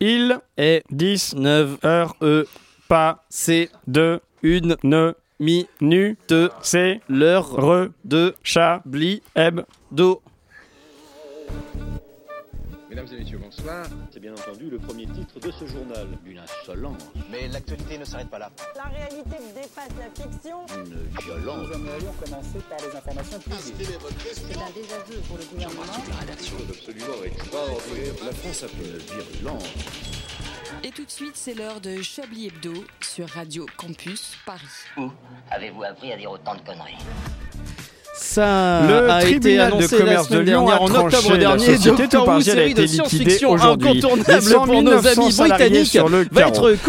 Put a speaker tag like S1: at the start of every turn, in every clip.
S1: Il est 19 heures e pas
S2: C'est
S1: de une ne
S2: minute
S1: c'est
S2: l'heure
S1: re
S2: de
S1: cha
S2: bli
S1: eb
S2: do.
S3: Mesdames et messieurs, bonsoir.
S4: C'est bien entendu le premier titre de ce journal. Une insolence,
S5: Mais l'actualité ne s'arrête pas là.
S6: La réalité dépasse la fiction.
S4: une violence.
S7: C'est un désaveu pour le gouvernement.
S8: Et tout de suite, c'est l'heure de Chablis Hebdo sur Radio Campus Paris.
S9: Où avez-vous appris à dire autant de conneries
S2: Ça
S1: Le
S2: Ah, a été
S1: tribunal de
S2: annoncé la
S1: commerce de
S2: semaine
S1: Lyon
S2: dernière
S1: a
S2: en
S1: tranché.
S2: octobre
S1: La
S2: dernier.
S1: société
S2: Doctor Who,
S1: Tourpardiel a
S2: série
S1: été
S2: de
S1: liquidée
S2: science-fiction
S1: aujourd'hui. Les
S2: incontournable
S1: 100
S2: pour nos
S1: 900
S2: amis
S1: salariés
S2: britanniques
S1: sur le
S2: va
S1: carreau.
S2: être
S1: Fondée en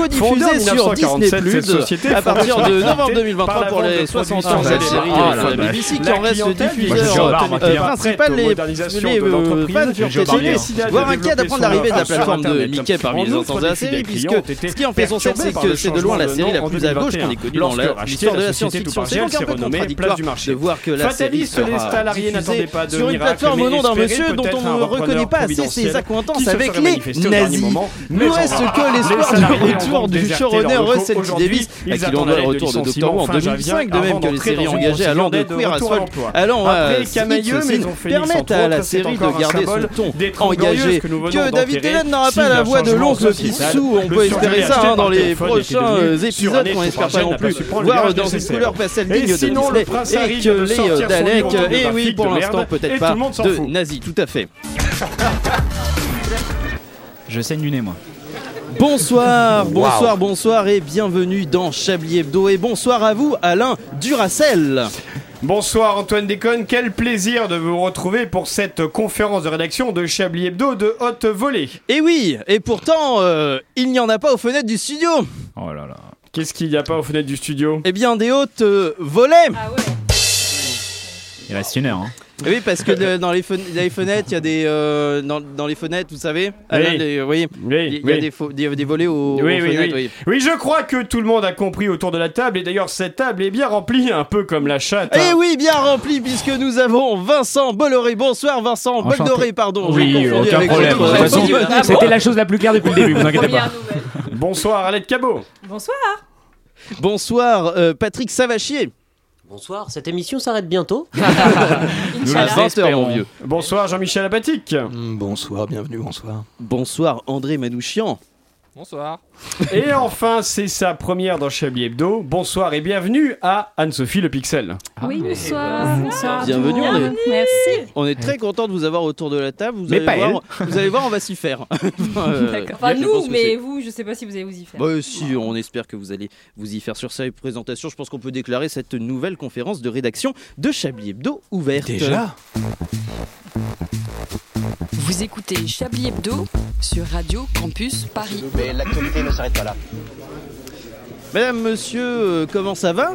S2: codiffusée sur
S1: 1947,
S2: Disney+,
S1: cette société
S2: à
S1: fut
S2: partir de
S1: fondée
S2: novembre
S1: par
S2: 2023
S1: la
S2: pour
S1: vente de
S2: les
S1: produits
S2: 60 ans de la
S1: dérivés.
S2: série
S1: Ah,
S2: euh,
S1: la
S2: la
S1: vache.
S2: BBC
S1: La
S2: qui en reste le
S1: clientèle
S2: diffuseur
S1: du
S2: euh,
S1: Barbier
S2: euh,
S1: est
S2: principal,
S1: prête aux
S2: les
S1: modernisations
S2: les,
S1: de l'entreprise.
S2: euh, fans furent
S1: Joe Barbier
S2: étonnés,
S1: décida de
S2: voire un
S1: développer
S2: cas d'apprendre
S1: son
S2: l'arrivée de la
S1: offre sur
S2: plateforme de
S1: Internet.
S2: Mickey parmi
S1: En
S2: les
S1: outre,
S2: entendants de la
S1: des
S2: série,
S1: clients
S2: puisque
S1: ont été
S2: ce qui en fait son sel,
S1: perturbés
S2: c'est
S1: par le
S2: que c'est de loin la
S1: changement de
S2: série la
S1: nom en
S2: plus à gauche qu'on
S1: 2021,
S2: ait connue dans la-
S1: lorsque
S2: l'histoire de la
S1: racheté, la société
S2: science-fiction. C'est
S1: Tourpardiel
S2: donc un
S1: s'est
S2: peu
S1: renommée
S2: contradictoire
S1: Place du Marché.
S2: de voir que la série
S1: Fataliste, les
S2: sera
S1: salariés
S2: diffusée
S1: n'attendaient pas de
S2: sur une
S1: miracle,
S2: plateforme
S1: mais
S2: au nom d'un
S1: espéraient
S2: monsieur dont
S1: peut-être un
S2: on ne reconnaît
S1: repreneur
S2: pas assez ses
S1: providentiel qui
S2: acquaintances
S1: se
S2: avec
S1: serait
S2: les
S1: manifesté au dernier
S2: nazis.
S1: moment, mais
S2: Nous
S1: sans
S2: reste
S1: avoir.
S2: que l'espoir
S1: Les salariés
S2: du
S1: ont
S2: retour du
S1: déserté leur
S2: showrunner
S1: locaux
S2: Russell T.
S1: aujourd'hui.
S2: Davis,
S1: Ils
S2: à qui l'on
S1: attendaient
S2: doit
S1: le
S2: le retour de
S1: licenciement
S2: Doctor Who en
S1: fin janvier
S2: 2005, de même
S1: avant
S2: que les
S1: d'entrer
S2: séries
S1: dans une
S2: engagées allant de
S1: procédure d'aide au
S2: Queer à
S1: retour à
S2: Soul
S1: l'emploi.
S2: allant à
S1: Après Camailleux,
S2: Sneaky Sausine
S1: Maison Phoenix,
S2: permettent
S1: entre
S2: à la
S1: autres, c'est
S2: série
S1: encore un
S2: de garder
S1: symbole
S2: son ton
S1: des trente glorieuses
S2: engagé.
S1: que nous venons
S2: Que David
S1: d'enterrer,
S2: Tennant n'aura
S1: signe
S2: pas la
S1: d'un
S2: voix de
S1: changement
S2: l'oncle
S1: sociétal.
S2: Pissou, on
S1: Le
S2: peut
S1: surjeu
S2: espérer ça
S1: acheté
S2: hein,
S1: par
S2: dans les
S1: téléphone était
S2: prochains
S1: devenu
S2: euh,
S1: sur un
S2: épisodes qu'on espère pas
S1: étranger
S2: non
S1: n'a pas
S2: plus
S1: su prendre le
S2: voir
S1: garde
S2: dans une
S1: nécessaire.
S2: couleur pastel
S1: Et
S2: digne de
S1: sinon, le
S2: Disney
S1: prince
S2: et
S1: arrive
S2: que
S1: de
S2: les
S1: sortir
S2: euh,
S1: son
S2: Daleks,
S1: livre autobiographique
S2: et oui
S1: de
S2: pour
S1: merde,
S2: l'instant
S1: et
S2: peut-être
S1: tout
S2: pas
S1: le monde s'en
S2: de
S1: fout.
S2: nazis, tout à fait.
S10: Je saigne du nez, moi.
S2: Bonsoir, bonsoir, bonsoir et bienvenue dans Chablis Hebdo et bonsoir à vous Alain Duracel.
S1: Bonsoir Antoine Déconne, quel plaisir de vous retrouver pour cette conférence de rédaction de Chablis Hebdo de haute volée.
S2: Et Eh oui, et pourtant euh, il n'y en a pas aux fenêtres du studio.
S10: Oh là là.
S1: Qu'est-ce qu'il n'y a pas aux fenêtres du studio
S2: Eh bien des hautes euh, volets.
S7: Ah ouais.
S10: Il reste une heure. Hein.
S2: Eh Oui, parce que de- dans les, fen- dans les fenêtres, il y a des euh, dans, dans les fenêtres, vous savez, Alain,
S1: Oui.
S2: les- vous voyez, il
S1: Oui,
S2: y a des fo- il y a des volets aux,
S1: Oui,
S2: aux
S1: oui,
S2: fenêtres.
S1: oui. Oui, je crois que tout le monde a compris autour de la table, et d'ailleurs cette table est bien remplie, un peu comme la chatte.
S2: Et
S1: hein.
S2: Eh oui, bien rempli puisque nous avons Vincent Bolloré. Bonsoir Vincent
S10: Enchanté.
S2: Bolloré, pardon. j'ai confondu
S10: aucun
S2: avec
S10: problème.
S2: votre-
S10: De toute façon,
S2: votre-
S7: Ah bon
S10: C'était la chose la plus claire depuis le début, vous inquiétez pas.
S7: Première nouvelle.
S1: Bonsoir Alette Cabot.
S7: Bonsoir.
S2: Bonsoir euh, Patrick Savachier.
S11: Bonsoir, cette émission s'arrête bientôt.
S10: Nous
S2: À
S10: les
S2: 20h mon
S10: espérons.
S2: vieux.
S1: Bonsoir Jean-Michel Apatique.
S5: Mm, Bonsoir, bienvenue, bonsoir.
S2: Bonsoir André Manouchian.
S11: Bonsoir.
S1: Et enfin, c'est sa première dans Chablis Hebdo. Bonsoir et bienvenue à Anne-Sophie Le Pixel.
S5: Ah.
S7: oui, bonsoir. Bonsoir.
S2: Bienvenue,
S7: tout le monde. Merci.
S2: On est très content de vous avoir autour de la table. Vous
S10: Mais
S2: allez
S10: pas
S2: voir, vous allez voir, on va s'y faire. Enfin, euh,
S7: Enfin,
S2: je pense
S7: nous,
S2: que
S7: mais
S2: c'est-
S7: vous, je sais pas si vous allez vous y faire.
S2: Bah, euh, si, on espère que vous allez vous y faire sur cette présentation. Je pense qu'on peut déclarer cette nouvelle conférence de rédaction de Chablis Hebdo ouverte.
S5: Déjà
S8: Vous écoutez Chablis Hebdo sur Radio Campus Paris.
S5: Mais l'actualité ne s'arrête pas là.
S2: Madame, monsieur, euh, comment ça va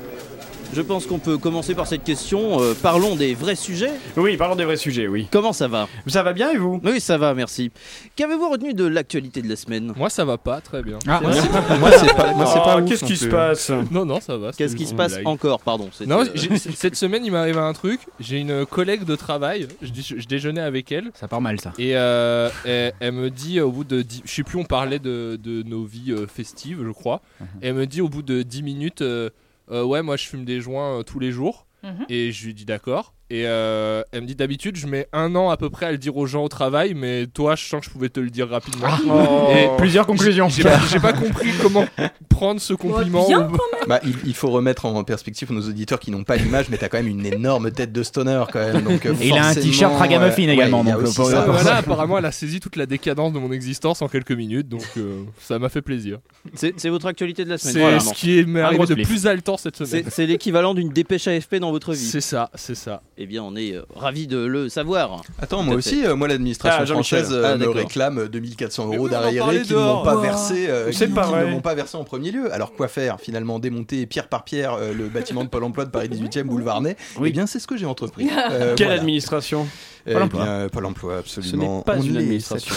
S2: Je pense qu'on peut commencer par cette question. Euh, parlons des vrais sujets.
S1: Oui, parlons des vrais sujets, oui.
S2: Comment ça va
S1: Ça va bien et vous
S2: Oui, ça va, merci. Qu'avez-vous retenu de l'actualité de la semaine
S11: Moi ça va pas très bien.
S10: Ah,
S5: Moi, c'est pas.
S1: Ah, Qu'est-ce qui se passe
S11: Non non ça va. c'était
S2: Qu'est-ce qui
S11: une
S2: se passe
S11: blague.
S2: encore Pardon. c'était,
S11: Non,
S2: euh,
S11: j'ai- c- cette semaine il m'arrive un truc. J'ai une collègue de travail. Je, dé- je déjeunais avec elle
S10: ça part mal, ça.
S11: et euh, elle, elle me dit au bout de dix- je sais plus on parlait de, de nos vies euh, festives je crois.
S10: Uh-huh.
S11: Et elle me dit au bout de 10 minutes euh, Euh, ouais moi je fume des joints euh, tous les jours
S7: Mhm.
S11: et je lui dis d'accord. Et euh, elle me dit d'habitude je mets un an à peu près à le dire aux gens au travail mais toi je sens que je pouvais te le dire rapidement. Et
S10: Ah. Oh. Plusieurs conclusions.
S11: J'ai pas, j'ai pas compris comment prendre ce compliment.
S7: bien,
S11: ou-
S5: Bah, il, il faut remettre en perspective pour nos auditeurs qui n'ont pas l'image, mais t'as quand même une énorme tête de stoner quand même. Donc, euh,
S10: Et il a un
S5: forcément,
S10: t-shirt ragamuffin
S5: ouais,
S10: également,
S5: il y a
S10: donc,
S5: aussi
S10: pour-
S5: ça.
S10: pour-
S11: Voilà, apparemment, elle a saisi toute la décadence de mon existence en quelques minutes, donc euh, ça m'a fait plaisir.
S2: C'est c'est votre actualité de la semaine.
S11: C'est
S2: voilà.
S11: ce qui est- m'est
S10: Un
S11: arrivé
S10: gros
S11: de
S10: spliff.
S11: plus haletant cette semaine.
S2: C'est c'est l'équivalent d'une dépêche AFP dans votre vie.
S11: C'est ça, c'est ça.
S2: Eh bien, on est euh, ravis de le savoir.
S5: Attends,
S2: Tout
S5: moi
S2: à
S5: aussi, euh, moi l'administration
S1: Ah, Jean-Michel.
S5: française euh,
S2: Ah,
S5: me
S2: d'accord.
S5: réclame 2400
S11: Mais
S5: euros
S11: oui, on en
S5: d'arriérés
S11: parlait
S5: qui ne m'ont
S11: dehors.
S5: pas
S7: Wow.
S5: versé, euh,
S1: C'est
S5: qui,
S1: pas
S5: qui ne
S1: vrai.
S5: m'ont pas versé en premier lieu. Alors quoi faire Finalement démonter pierre par pierre euh, le bâtiment de Pôle Emploi de Paris 18e boulevard Ney.
S2: Oui.
S5: Eh bien, c'est ce que j'ai entrepris. Euh,
S1: Quelle
S5: voilà.
S1: administration
S5: Eh
S10: Pôle emploi.
S5: bien, euh, Pôle Emploi,
S1: Ce
S5: absolument.
S1: n'est pas
S5: On
S1: une
S5: l'est,
S1: administration.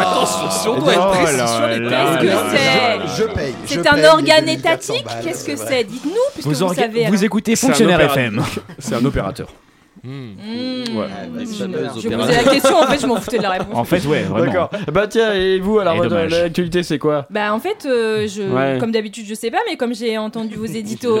S11: Attention, si on doit
S1: Oh
S11: être précis
S1: là
S11: sur les
S1: là
S11: termes.
S7: Qu'est-ce que c'est
S5: ça. Ah, Je paye. je
S7: C'est
S5: paye
S7: un
S5: les
S7: organe
S5: 2400
S7: étatique
S5: balles,
S7: Qu'est-ce que
S5: voilà.
S7: c'est Dites-nous, puisque vous,
S10: Vous, orga-
S7: savez. hein.
S10: vous écoutez
S1: C'est un
S10: Fonctionnaire
S1: opéra-
S10: FM.
S1: C'est un opérateur.
S11: Hmm.
S5: Ah,
S10: Voilà.
S5: bah,
S2: Les
S7: Mmh.
S2: fameuses
S7: Je
S2: opéras.
S7: posais la question, en fait, je m'en foutais de la réponse.
S10: En fait, ouais, vraiment.
S1: D'accord. Bah tiens, et vous, alors,
S10: Et
S1: votre-
S10: dommage.
S1: l'actualité, c'est quoi
S7: Bah en fait, euh, je,
S1: Ouais.
S7: comme d'habitude, je sais pas, mais comme j'ai entendu vos éditos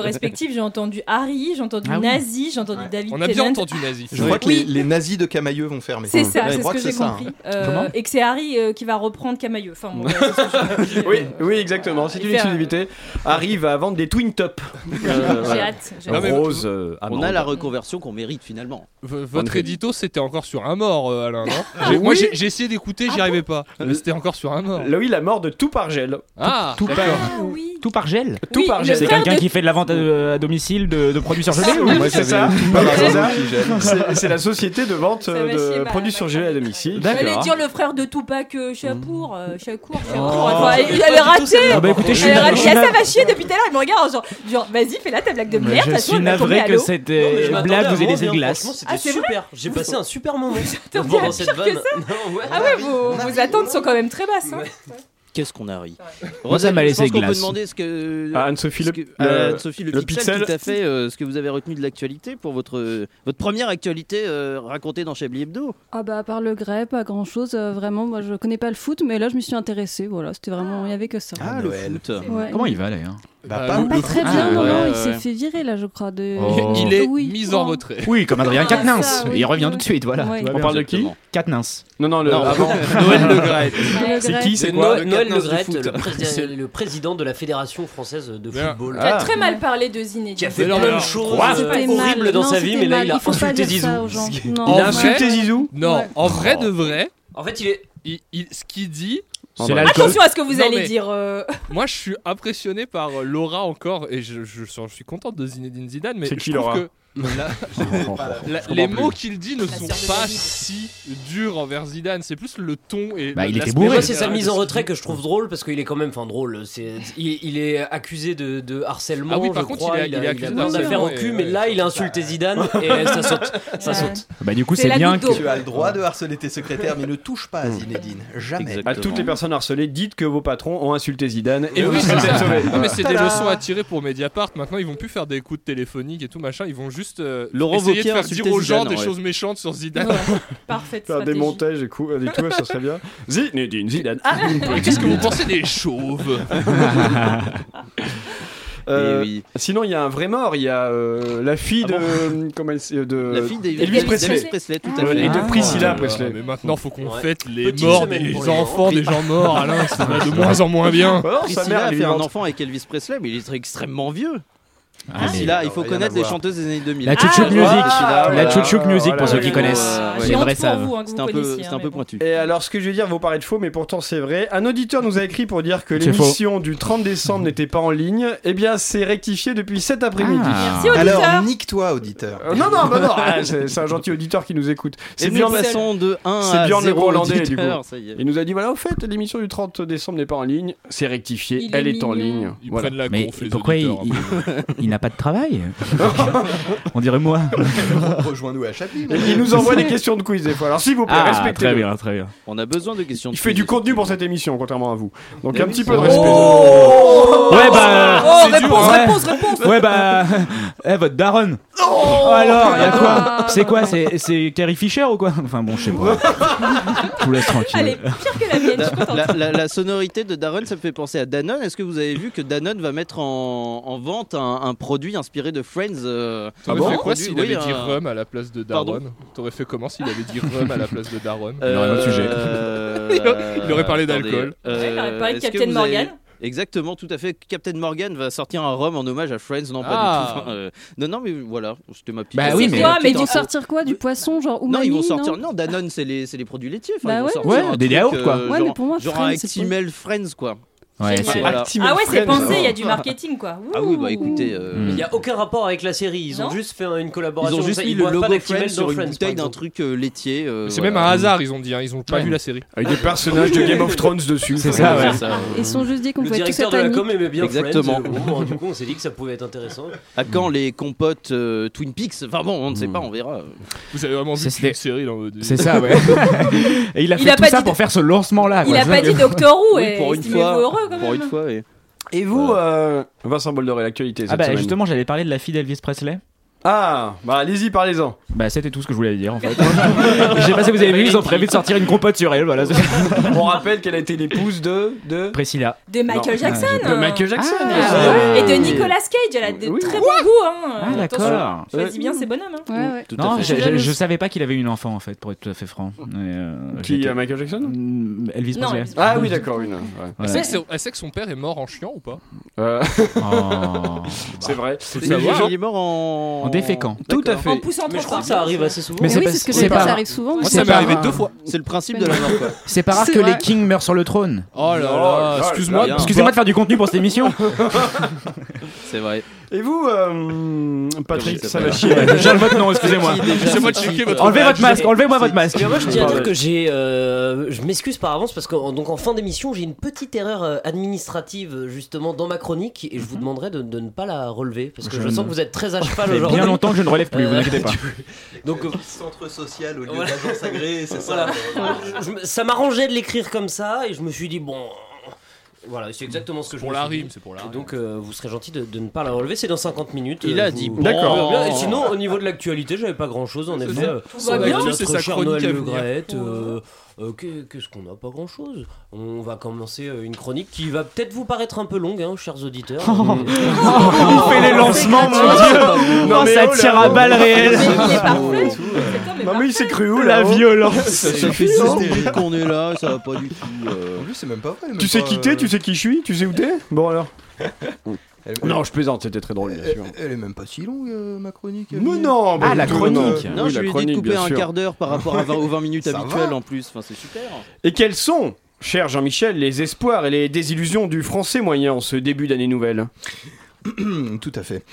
S7: respectifs, j'ai entendu Harry, j'ai entendu
S10: Ah oui.
S7: Nazi, j'ai entendu David
S11: On a bien
S7: Tennant.
S11: entendu Nazi.
S5: Je crois que
S7: Oui.
S5: les, les nazis de Camailleux vont fermer.
S7: C'est ça,
S5: Ouais, je
S7: c'est ce
S5: crois
S7: que, j'ai
S5: c'est ça, hein.
S7: compris. Euh,
S10: Comment
S7: et que c'est Harry euh, qui va reprendre Camailleux. Enfin, bon, voilà, c'est ce que je-
S1: Oui, oui, exactement. C'est
S7: Il
S1: une
S7: fait un-
S1: exclusivité. Arrive à vendre des twin tops. Euh,
S7: J'ai
S1: voilà.
S7: hâte. j'ai
S11: Non,
S7: hâte.
S11: mais-
S1: Rose, euh,
S2: On
S1: amande.
S2: a la reconversion qu'on mérite finalement.
S11: V- votre
S1: André.
S11: édito, c'était encore sur un mort, euh, Alain, non
S2: Ah
S11: J'ai- Moi, j'ai j'ai essayé d'écouter, j'y arrivais pas.
S2: Euh,
S11: Mais C'était encore sur un mort.
S1: Là, oui, la mort de tout par gel.
S11: Ah
S10: Tout par,
S7: Ah oui.
S10: tout par gel
S1: Tout
S7: Oui,
S1: par
S7: le
S1: gel.
S10: C'est
S7: frère
S10: quelqu'un
S7: de-
S10: qui fait de la vente à, à domicile de, de produits
S2: Ah,
S10: surgelés ou euh,
S1: Oui, c'est ça.
S5: Voilà,
S1: C'est
S5: c'est
S2: hein.
S1: ça.
S5: qui gêne.
S1: C'est c'est la société de vente
S7: Ça
S1: euh,
S7: va chier,
S1: de
S7: bah,
S1: produits
S7: bah,
S1: surgelés à
S7: bah,
S1: domicile.
S7: J'allais
S10: D'accord.
S7: dire le frère de Tupac, euh, Shakur, euh, Shakur, Shakur.
S12: Ah,
S10: Oh.
S7: Enfin, il avait raté.
S10: Ah bah écoutez, je suis
S7: Elle
S10: navré-
S7: raté.
S10: je suis
S7: Ah, ça
S10: navré-
S7: va chier depuis tout à l'heure. Il me regarde en genre, genre vas-y, fais la ta blague de merde. de
S10: je
S7: toute façon,
S10: suis
S7: elle va tomber
S10: navré
S7: à
S10: que
S7: l'eau.
S10: cette euh, blague vous ait laissé de glace.
S7: Ah, c'est vrai
S12: J'ai passé un super moment
S7: T'as bien pire que ça. Ah ouais, vos, vos attentes sont quand même très basses. hein.
S2: Qu'est-ce qu'on a ri
S10: Moi, ça m'a
S2: Je
S10: laissé
S2: pense qu'on peut
S10: glace.
S2: demander ce que.
S1: Ah, Anne-Sophie
S2: ce
S1: Le,
S2: que-
S1: le-
S2: à Sophie, le,
S1: le
S2: pixel,
S1: Pixel.
S2: tout à fait, euh, ce que vous avez retenu de l'actualité pour votre, euh, votre première actualité euh, racontée dans Chablis Hebdo.
S13: Ah bah à part le grès, pas grand chose. vraiment, moi je connais pas le foot, mais là je me suis intéressée. Voilà, c'était vraiment, il y avait que ça.
S5: Ah, Noël.
S2: foot.
S13: Ouais.
S10: Comment il va d'ailleurs
S5: Bah,
S11: Euh,
S5: pas
S11: le-
S13: Pas très bien,
S10: Ah,
S13: non,
S10: ouais,
S13: non,
S11: ouais.
S13: il s'est fait virer là, je crois. De...
S10: Oh.
S11: Il est
S13: Oui.
S11: mis en
S13: Oh.
S11: retrait.
S10: Oui, comme Adrien
S13: Ah,
S10: Quatennens.
S13: ça, oui,
S10: il revient
S13: oui,
S10: tout de
S13: oui.
S10: suite, voilà.
S13: Ouais.
S1: On parle de qui
S10: Quatennens.
S1: Non, non, le avant.
S11: Noël Le Graët.
S13: Le
S1: C'est
S13: grès.
S1: qui C'est
S12: C'est
S1: quoi
S12: Noël, Noël
S11: Noël Le
S12: Le
S11: Graët,
S12: Graët, le, président-
S11: C'est-
S12: le président de la Fédération française de
S11: Bien.
S12: football,
S7: T'as
S11: Ah.
S7: très mal parlé de Zinedine.
S12: qui a fait
S11: Mais non, mais
S12: plein de
S11: non.
S12: choses
S11: Quoi
S12: euh,
S13: C'était
S12: horribles
S13: mal.
S12: dans
S13: Non,
S12: sa vie,
S13: c'était
S12: mais là
S13: mal.
S12: il a
S13: faut pas
S12: insulté
S13: dire ça aux
S12: Zizou.
S13: gens.
S12: Ce qui-
S13: Non.
S11: Il
S1: Il
S11: a
S1: a insulté
S11: Ouais.
S1: Zizou
S11: Non,
S13: Ouais.
S11: en vrai de vrai,
S12: Oh. En fait, il est.
S11: il- il- ce qu'il dit, Oh bah.
S10: C'est l'alcool.
S7: Attention à ce que vous
S11: Non,
S7: allez
S11: mais-
S7: dire. euh,
S11: moi je suis impressionné par euh, Laura encore et je, je- je suis contente de Zinedine Zidane, mais
S1: C'est
S11: je
S1: qui,
S11: trouve
S1: Laura
S11: que la- la-
S10: comprends
S11: les
S10: plus.
S11: mots qu'il dit ne sont
S7: sœur de
S11: pas
S7: David.
S11: si durs envers Zidane, c'est plus le ton et.
S10: Bah, il était
S11: l'aspect
S10: bourré.
S12: Moi,
S10: Ouais,
S12: c'est sa
S11: général
S12: mise
S11: de
S12: en
S11: ce
S12: retrait
S11: qu'il
S12: que je trouve drôle parce qu'il est quand même, enfin drôle, c'est- il, il est accusé de, de harcèlement.
S11: Ah oui, par
S12: je
S11: contre,
S12: crois,
S11: il est-
S12: a-
S11: il est accusé
S12: a
S11: de
S12: plein d'affaires
S11: harcèlement
S12: au
S11: et-
S12: cul, mais
S11: ouais,
S12: là il a insulté Zidane et ça saute. Ça
S7: euh,
S12: saute.
S10: Bah, du coup,
S7: C'est
S10: c'est
S7: la
S10: bien
S7: goutte
S10: que.
S7: d'eau.
S5: Tu as le droit de harceler tes secrétaires, mais ne touche pas à Zinedine. Jamais.
S1: Hmm. À toutes les personnes harcelées, dites que vos patrons ont insulté Zidane et
S11: Mais
S1: vous
S11: oui,
S1: serez
S11: c'est ça.
S1: sauvés.
S11: Non, mais c'est des
S5: Tada.
S11: leçons à tirer pour Mediapart. Maintenant, ils vont plus faire des coups de téléphonique et tout machin. Ils vont juste euh,
S2: Laurent
S11: essayer
S2: Wauquiez
S11: de faire
S2: insulter
S11: dire aux gens
S2: Zidane,
S11: des
S2: ouais.
S11: choses méchantes sur Zidane.
S7: Parfaite
S1: Faire des
S7: stratégie.
S1: montages et, coup, et tout, ça serait bien. Zinedine, Zidane. Ah,
S11: Qu'est-ce que vous pensez des chauves
S1: Euh,
S2: Et Eh oui.
S1: Sinon, il y a un vrai mort. Il y a euh, la fille
S2: Ah bon
S1: de. Comment elle s- euh, de.
S2: La fille d'Elvis
S1: Elvis Presley.
S2: Elvis tout à
S1: Ouais,
S2: fait.
S1: Et de
S10: Ah.
S1: Priscilla
S11: Ah,
S1: Presley.
S11: Mais maintenant, faut qu'on
S12: Ouais.
S11: fête les
S12: Petite
S11: morts
S12: semaine
S11: des
S12: pour les
S11: enfants, des gens morts. Alain, ça va de moins en moins bien.
S1: Oh, non, sa mère,
S2: Priscilla a
S1: elle est
S2: fait un
S1: vivante.
S2: enfant avec Elvis Presley, mais il est extrêmement vieux.
S10: Ah, mais-
S2: Priscilla, il faut
S5: Alors, rien
S2: connaître
S5: à
S2: les
S5: voir.
S2: chanteuses des années 2000.
S10: La chouchouk
S7: Ah,
S10: music.
S1: voilà,
S10: la
S1: voilà,
S10: chouchouk
S1: voilà,
S10: music pour
S1: voilà,
S10: ceux qui
S1: voilà.
S10: connaissent.
S2: Ouais.
S10: Les
S7: J'ai honte
S10: vrais
S7: pour
S10: savent.
S7: vous, hein, que vous
S2: C'était un peu,
S7: connaissiez,
S2: c'était
S7: hein,
S2: un
S7: mais
S2: peu
S7: bon.
S2: pointu.
S1: Et alors, ce que je vais dire vous paraître faux, mais pourtant c'est vrai. Un auditeur nous a écrit pour dire que
S10: C'est faux.
S1: l'émission du 30 décembre n'était pas en ligne. Eh bien, c'est rectifié depuis cet après-midi.
S10: Ah.
S7: Merci
S2: Ah.
S5: Alors,
S7: auditeur.
S5: nique-toi, auditeur.
S1: Euh, non, non, bah non, ah, c'est c'est un gentil auditeur qui nous écoute.
S2: Et
S1: C'est
S2: nous
S1: bien le
S2: passons de 1
S1: C'est
S2: à
S1: Bjorn le
S2: 0
S1: Groenlandais, du
S2: auditeurs,
S1: coup.
S2: ça y est.
S1: Il nous a dit voilà, au fait, l'émission du 30 décembre n'est pas en ligne. C'est rectifié,
S7: Il est
S1: elle est, en
S7: mignon.
S1: ligne.
S11: Ils
S1: Voilà.
S11: prennent la
S10: Mais
S11: conf, les
S10: pourquoi il,
S11: auditeurs.
S10: il- il n'a pas de travail On dirait moi.
S5: Rejoins-nous à Chaplin.
S1: Et il nous envoie des questions de quiz des fois. Alors, s'il vous plaît,
S10: Ah, très
S1: respectez-le.
S10: bien, très bien.
S2: On a besoin de questions.
S1: Il
S2: de
S1: fait du
S2: physique.
S1: contenu pour cette émission, contrairement à vous. Donc,
S2: Mais
S1: un
S2: oui,
S1: petit
S2: c'est
S1: peu de
S2: vrai.
S1: respect.
S10: Oh ouais, bah.
S7: Oh,
S11: C'est dur,
S7: réponse,
S10: ouais.
S7: réponse, réponse.
S10: Ouais, bah. Eh, votre daronne Alors, y a
S7: Ah.
S10: quoi C'est quoi C'est c'est Carrie Fisher ou quoi Enfin, bon, je sais pas. Je vous laisse tranquille.
S7: Elle est pire que la mienne, je suis contente.
S2: La, la- la sonorité de Danone, ça me fait penser à Danone. Est-ce que vous avez vu que Danone va mettre en, en vente un, un produit inspiré de Friends euh,
S11: T'aurais
S2: un
S11: fait quoi
S2: produit-
S11: Ah s'il
S2: oui,
S11: avait
S2: un-
S11: dit Rhum à la place de
S2: Pardon
S11: Daron T'aurais fait comment s'il avait dit Rhum à la place de Daron
S2: Euh,
S10: Il aurait d'autres sujets.
S2: euh,
S11: Il aurait- il aurait parlé
S2: attendez,
S11: d'alcool.
S2: euh,
S7: Ouais, il aurait parlé de
S2: est-ce que
S7: Captain
S2: vous avez-
S7: Morgan.
S2: Exactement, tout à fait. Captain Morgan va sortir un rhum en hommage à Friends. Non, pas
S11: Ah.
S2: du tout. Enfin, euh, non, non, mais voilà, c'était ma petite.
S10: Bah
S2: ma
S10: oui,
S2: petite
S10: mais-
S7: Quoi, mais du
S2: info.
S13: Ils vont sortir quoi Du poisson, genre
S2: Non,
S13: umami
S2: ils vont sortir. Non, Danone, c'est les, c'est les produits laitiers. Enfin,
S13: Bah
S2: ils vont
S13: ouais.
S2: sortir
S10: Ouais,
S2: un
S10: des
S2: truc,
S10: yaourts, quoi.
S2: euh,
S13: Ouais,
S2: genre,
S13: mais pour moi,
S2: genre
S13: Friends,
S2: un
S13: c'est
S2: Actimel Friends, quoi. hein.
S10: Ouais,
S7: Génial.
S10: c'est-
S7: Voilà.
S1: Actimel
S7: Ah ouais, c'est
S1: Friends.
S7: pensé, il y a du marketing quoi.
S2: Ah
S7: Ouh.
S2: oui, bah écoutez. euh,
S10: Mm.
S12: Il n'y a aucun rapport avec la série, ils ont
S7: Non.
S12: juste fait une collaboration.
S2: Ils ont
S12: comme
S2: juste
S12: ça,
S2: mis le
S12: boivent
S2: logo
S12: pas d'actimel
S2: Friends
S12: dans
S2: sur une
S12: Friends, par
S2: bouteille d'un
S12: exemple.
S2: truc euh, laitier. euh,
S11: C'est
S2: voilà.
S11: même un hasard, ils ont dit. hein, Ils ont pas
S10: Ouais.
S11: vu la série.
S1: Avec des personnages de Game of Thrones dessus.
S10: C'est ça, ouais.
S2: C'est ça.
S13: Ils se sont juste dit qu'on
S12: Le
S13: pouvait tous
S12: directeur
S13: être
S12: de la
S13: amis.
S12: com aimait bien
S2: Exactement.
S12: Friends, euh, bon, hein, du coup on s'est dit que ça pouvait être intéressant.
S2: À quand les compotes euh, Twin Peaks Enfin bon, on ne sait pas, on verra.
S11: Vous avez vraiment vu
S10: Hmm. Ça, c'était-
S11: une série dans votre vie.
S10: C'est ça, ouais. Et il a
S7: Il
S10: fait
S7: a
S10: tout
S7: pas
S10: ça
S7: dit
S10: pour
S7: de-
S10: faire ce lancement-là.
S7: Il
S10: quoi.
S7: a
S10: C'est
S7: pas
S10: ça
S7: dit
S10: que-
S7: Doctor Who
S2: Oui,
S7: et
S2: pour une
S7: estimez-vous
S2: fois.
S7: heureux quand
S2: Pour
S7: même.
S2: une fois, oui.
S1: Et vous, euh, Vincent Boldoré, l'actualité cette
S10: Ah bah
S1: semaine
S10: justement, j'allais parler de la fille d'Elvis Presley.
S1: Ah, bah allez-y, parlez-en.
S10: Bah, c'était tout ce que je voulais dire en fait. Je sais pas si vous avez vu, ils ont prévu de sortir une compote sur elle. Voilà.
S1: On rappelle qu'elle a été l'épouse de. de...
S10: Priscilla.
S7: De Michael
S10: Non.
S7: Jackson.
S10: De Michael
S1: Jackson,
S7: Ah,
S1: bien sûr.
S7: ouais. Et
S1: Oui.
S7: de Nicolas Cage, elle a de très bons goûts. Hein.
S10: Ah, d'accord.
S7: Attention, Choisis
S10: Ouais.
S7: bien ces bonhommes. Hein.
S1: Tout à
S10: non,
S1: fait.
S10: je, je-
S1: Jalouse.
S10: je savais pas qu'il avait une enfant en fait, pour être tout à fait franc. Et, euh,
S1: Qui,
S10: j'étais-
S1: euh, Michael Jackson
S10: Mm, Elvis
S11: Non,
S10: Presley.
S11: Elvis Presley.
S1: Ah oui, d'accord, oui, non, ouais.
S11: Elle,
S10: Ouais.
S11: sait que c'est- elle sait que son père est mort en chiant ou pas
S1: Euh,
S10: Oh.
S1: C'est vrai.
S11: Faut le
S10: Il-
S11: savoir.
S10: il est mort en- En déféquant.
S1: Tout à fait.
S10: En poussant
S12: Mais je
S10: trop
S12: crois
S10: fort.
S12: que ça arrive assez souvent.
S10: Mais c'est Oui, parce- c'est ce que c'est j'allais dire, pas- ça arrive
S13: souvent,
S11: Moi, ça m'est arrivé deux fois.
S2: C'est le principe de la mort, quoi.
S10: C'est pas rare
S2: C'est
S10: que
S2: vrai.
S10: les kings meurent sur le trône.
S11: Oh là là, excuse-moi.
S10: Excusez-moi de faire du contenu pour cette émission.
S2: C'est vrai.
S1: Et vous, euh, Patrick, ça va
S10: Voilà.
S1: chier.
S10: Déjà, le vote, non, excusez-moi.
S11: Laissez-moi checker votre
S10: Enlevez votre masque,
S12: Mais-
S10: enlevez-moi votre masque.
S12: Mais moi, je tiens à dire que j'ai. euh, je m'excuse par avance parce qu'en donc en fin d'émission, j'ai une petite erreur euh, administrative euh, justement dans ma chronique et je vous demanderai de, de ne pas la relever parce que
S10: Je
S12: je,
S10: ne-
S12: sens que vous êtes très à
S10: Ça
S12: cheval
S10: fait
S12: aujourd'hui.
S10: bien longtemps que je ne relève plus, vous
S12: Euh,
S10: inquiétez pas.
S12: Donc, euh,
S5: Centre social au lieu
S12: Voilà.
S5: d'agence agréée, c'est ça. Euh,
S12: Voilà. Je me- ça m'arrangeait de l'écrire comme ça et je me suis dit bon. Voilà, c'est exactement ce que je
S11: Pour
S12: me
S11: la
S12: suis dit.
S11: rime, c'est pour la
S12: Et Donc euh, vous serez gentil de, de ne pas la relever, c'est dans 50 minutes.
S2: Il
S12: euh,
S2: a
S12: vous-
S2: dit bon.
S12: D'accord. Et Sinon, au niveau de l'actualité, j'avais pas grand chose. En
S2: C'est
S12: effet,
S2: ça.
S12: euh,
S2: Tout va
S12: on a
S2: bien.
S12: eu
S2: C'est
S12: notre
S2: sa
S12: cher
S2: chronique
S12: Noël
S2: à
S12: Le
S2: venir.
S12: Graët, euh, euh, que- Qu'est-ce qu'on n'a Pas grand chose. On va commencer euh, une chronique qui va peut-être vous paraître un peu longue, hein, chers auditeurs.
S10: Il fait les lancements, mon dieu.
S12: Non,
S10: Oh,
S12: mais
S10: ça
S12: oh là
S10: tire
S12: là.
S10: à balles réelles.
S12: Mais il est
S10: parfait.
S1: Non, mais il s'est cru où
S10: La
S1: là-haut
S10: violence.
S2: Ça fait 10 minutes qu'on est là, ça va pas du tout. euh. En
S5: plus, c'est même pas euh, vrai.
S1: Tu sais qui t'es, tu sais qui je suis, tu sais où t'es Bon alors.
S2: Oh.
S1: Non, je plaisante, c'était très drôle, bien sûr.
S5: Elle est même pas si longue, euh, ma chronique.
S1: Mais non,
S7: Ah,
S1: bah, du tout, non.
S2: euh, Non,
S1: Oui,
S2: je
S1: la
S2: lui ai dit de
S1: chronique,
S2: couper
S1: bien
S2: un
S1: sûr.
S2: quart d'heure par rapport à 20 aux 20 minutes
S1: Ça
S2: habituelles
S1: va.
S2: en plus. Enfin, c'est super.
S1: Et quels sont, cher Jean-Michel, les espoirs et les désillusions du français moyen en ce début d'année nouvelle
S5: Tout à fait.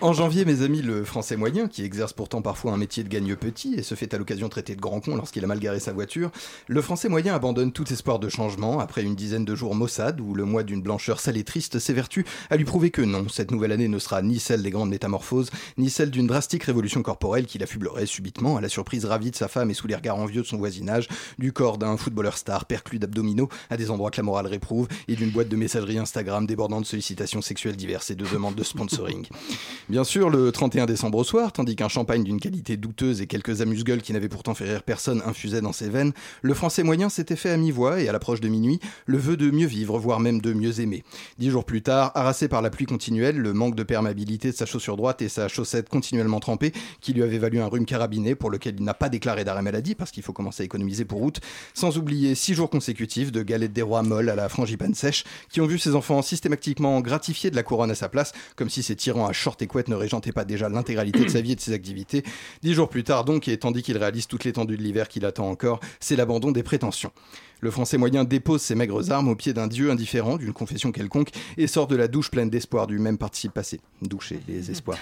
S5: en janvier, mes amis, le français moyen, qui exerce pourtant parfois un métier de gagne petit et se fait à l'occasion traiter de grand con lorsqu'il a mal garé sa voiture, le français moyen abandonne tout espoir de changement après une dizaine de jours maussade où le mois d'une blancheur sale et triste s'évertue à lui prouver que non, cette nouvelle année ne sera ni celle des grandes métamorphoses, ni celle d'une drastique révolution corporelle qui l'affublerait subitement à la surprise ravie de sa femme et sous les regards envieux de son voisinage, du corps d'un footballeur star perclus d'abdominaux à des endroits que la morale réprouve et d'une boîte de messagerie Instagram débordant de sollicitations sexuelles diverses et de demandes de sponsoring. Bien sûr, le 31 décembre au soir, tandis qu'un champagne d'une qualité douteuse et quelques amuse-gueules qui n'avaient pourtant fait rire personne infusaient dans ses veines, le français moyen s'était fait à mi-voix et à l'approche de minuit, le vœu de mieux vivre, voire même de mieux aimer. Dix jours plus tard, harassé par la pluie continuelle, le manque de perméabilité de sa chaussure droite et sa chaussette continuellement trempée, qui lui avait valu un rhume carabiné pour lequel il n'a pas déclaré d'arrêt maladie parce qu'il faut commencer à économiser pour août, sans oublier six jours consécutifs de galettes des rois molles à la frangipane sèche, qui ont vu ses enfants systématiquement gratifiés de la couronne à sa place, comme si ces tyrans à short et couette ne régentaient pas déjà l'intégralité de sa vie et de ses activités. Dix jours plus tard donc, et tandis qu'il réalise toute l'étendue de l'hiver qu'il attend encore, c'est l'abandon des prétentions. Le français moyen dépose ses maigres armes au pied d'un dieu indifférent, d'une confession quelconque, et sort de la douche pleine d'espoir du même participe passé. Doucher les espoirs.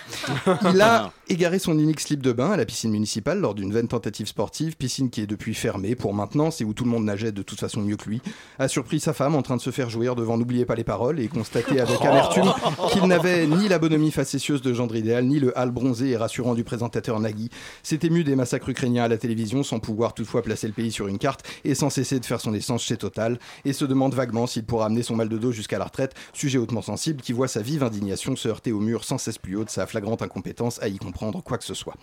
S5: Il a égaré son unique slip de bain à la piscine municipale lors d'une vaine tentative sportive, piscine qui est depuis fermée pour maintenance et où tout le monde nageait de toute façon mieux que lui, a surpris sa femme en train de se faire jouir devant N'oubliez pas les paroles et constaté avec amertume qu'il n'avait ni la bonhomie facétieuse de gendre idéal, ni le hal bronzé et rassurant du présentateur Nagui. S'est ému des massacres ukrainiens à la télévision sans pouvoir toutefois placer le pays sur une carte et sans cesser de faire son essence chez Total et se demande vaguement s'il pourra amener son mal de dos jusqu'à la retraite, sujet hautement sensible qui voit sa vive indignation se heurter au mur sans cesse plus haut de sa flagrante incompétence à y comprendre quoi que ce soit.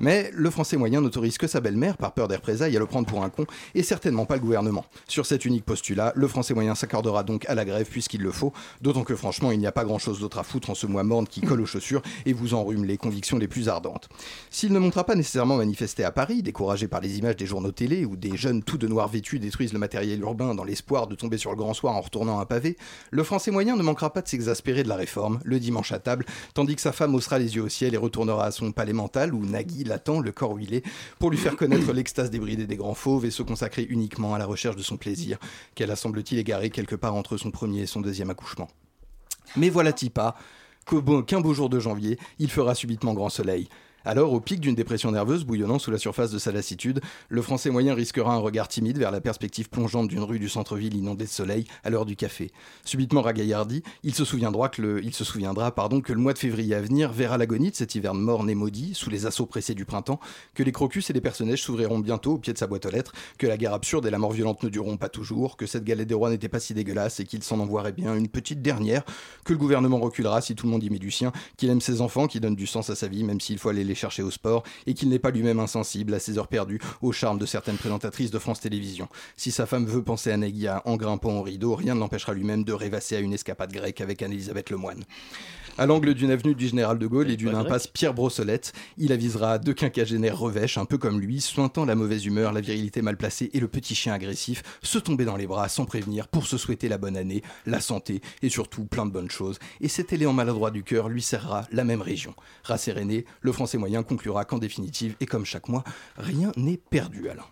S5: Mais le français moyen n'autorise que sa belle-mère par peur des représailles à le prendre pour un con et certainement pas le gouvernement. Sur cet unique postulat, le français moyen s'accordera donc à la grève puisqu'il le faut, d'autant que franchement il n'y a pas grand-chose d'autre à foutre en ce mois morne qui colle aux chaussures et vous enrhume les convictions les plus ardentes. S'il ne montera pas nécessairement manifester à Paris, découragé par les images des journaux télé où des jeunes tout de noir vêtus détruisent le matériel urbain dans l'espoir de tomber sur le grand soir en retournant un pavé, le français moyen ne manquera pas de s'exaspérer de la réforme, le dimanche à table, tandis que sa femme haussera les yeux au ciel et retournera à son palais mental où Nagui l'attend, le corps huilé, pour lui faire connaître l'extase débridée des grands fauves et se consacrer uniquement à la recherche de son plaisir, qu'elle a semble-t-il égaré quelque part entre son premier et son deuxième accouchement. Mais voilà-t-il pas qu'au beau- qu'un beau jour de janvier, il fera subitement grand soleil. Alors, au pic d'une dépression nerveuse bouillonnant sous la surface de sa lassitude, le français moyen risquera un regard timide vers la perspective plongeante d'une rue du centre-ville inondée de soleil à l'heure du café. Subitement ragaillardi, il se souviendra que le, il se souviendra pardon, que le mois de février à venir verra l'agonie de cet hiver morne et maudit, sous les assauts pressés du printemps, que les crocus et les personnages s'ouvriront bientôt au pied de sa boîte aux lettres, que la guerre absurde et la mort violente ne dureront pas toujours, que cette galette des rois n'était pas si dégueulasse et qu'il s'en envoierait bien une petite dernière, que le gouvernement reculera si tout le monde y met du sien, qu'il aime ses enfants, qui donnent du sens à sa vie, même s'il faut aller les chercher au sport, et qu'il n'est pas lui-même insensible à ses heures perdues, au charme de certaines présentatrices de France Télévisions. Si sa femme veut penser à Naguia en grimpant au rideau, rien ne l'empêchera lui-même de rêvasser à une escapade grecque avec Anne-Elisabeth Lemoine. À l'angle d'une avenue du Général de Gaulle et d'une impasse Pierre Brossolette, il avisera deux quinquagénaires revêches, un peu comme lui, sointant la mauvaise humeur, la virilité mal placée et le petit chien agressif, se tomber dans les bras sans prévenir pour se souhaiter la bonne année, la santé et surtout plein de bonnes choses. Et cet élément maladroit du cœur lui serrera la même région. Rasséréné, le français moyen conclura qu'en définitive, et comme chaque mois, rien n'est perdu, Alain.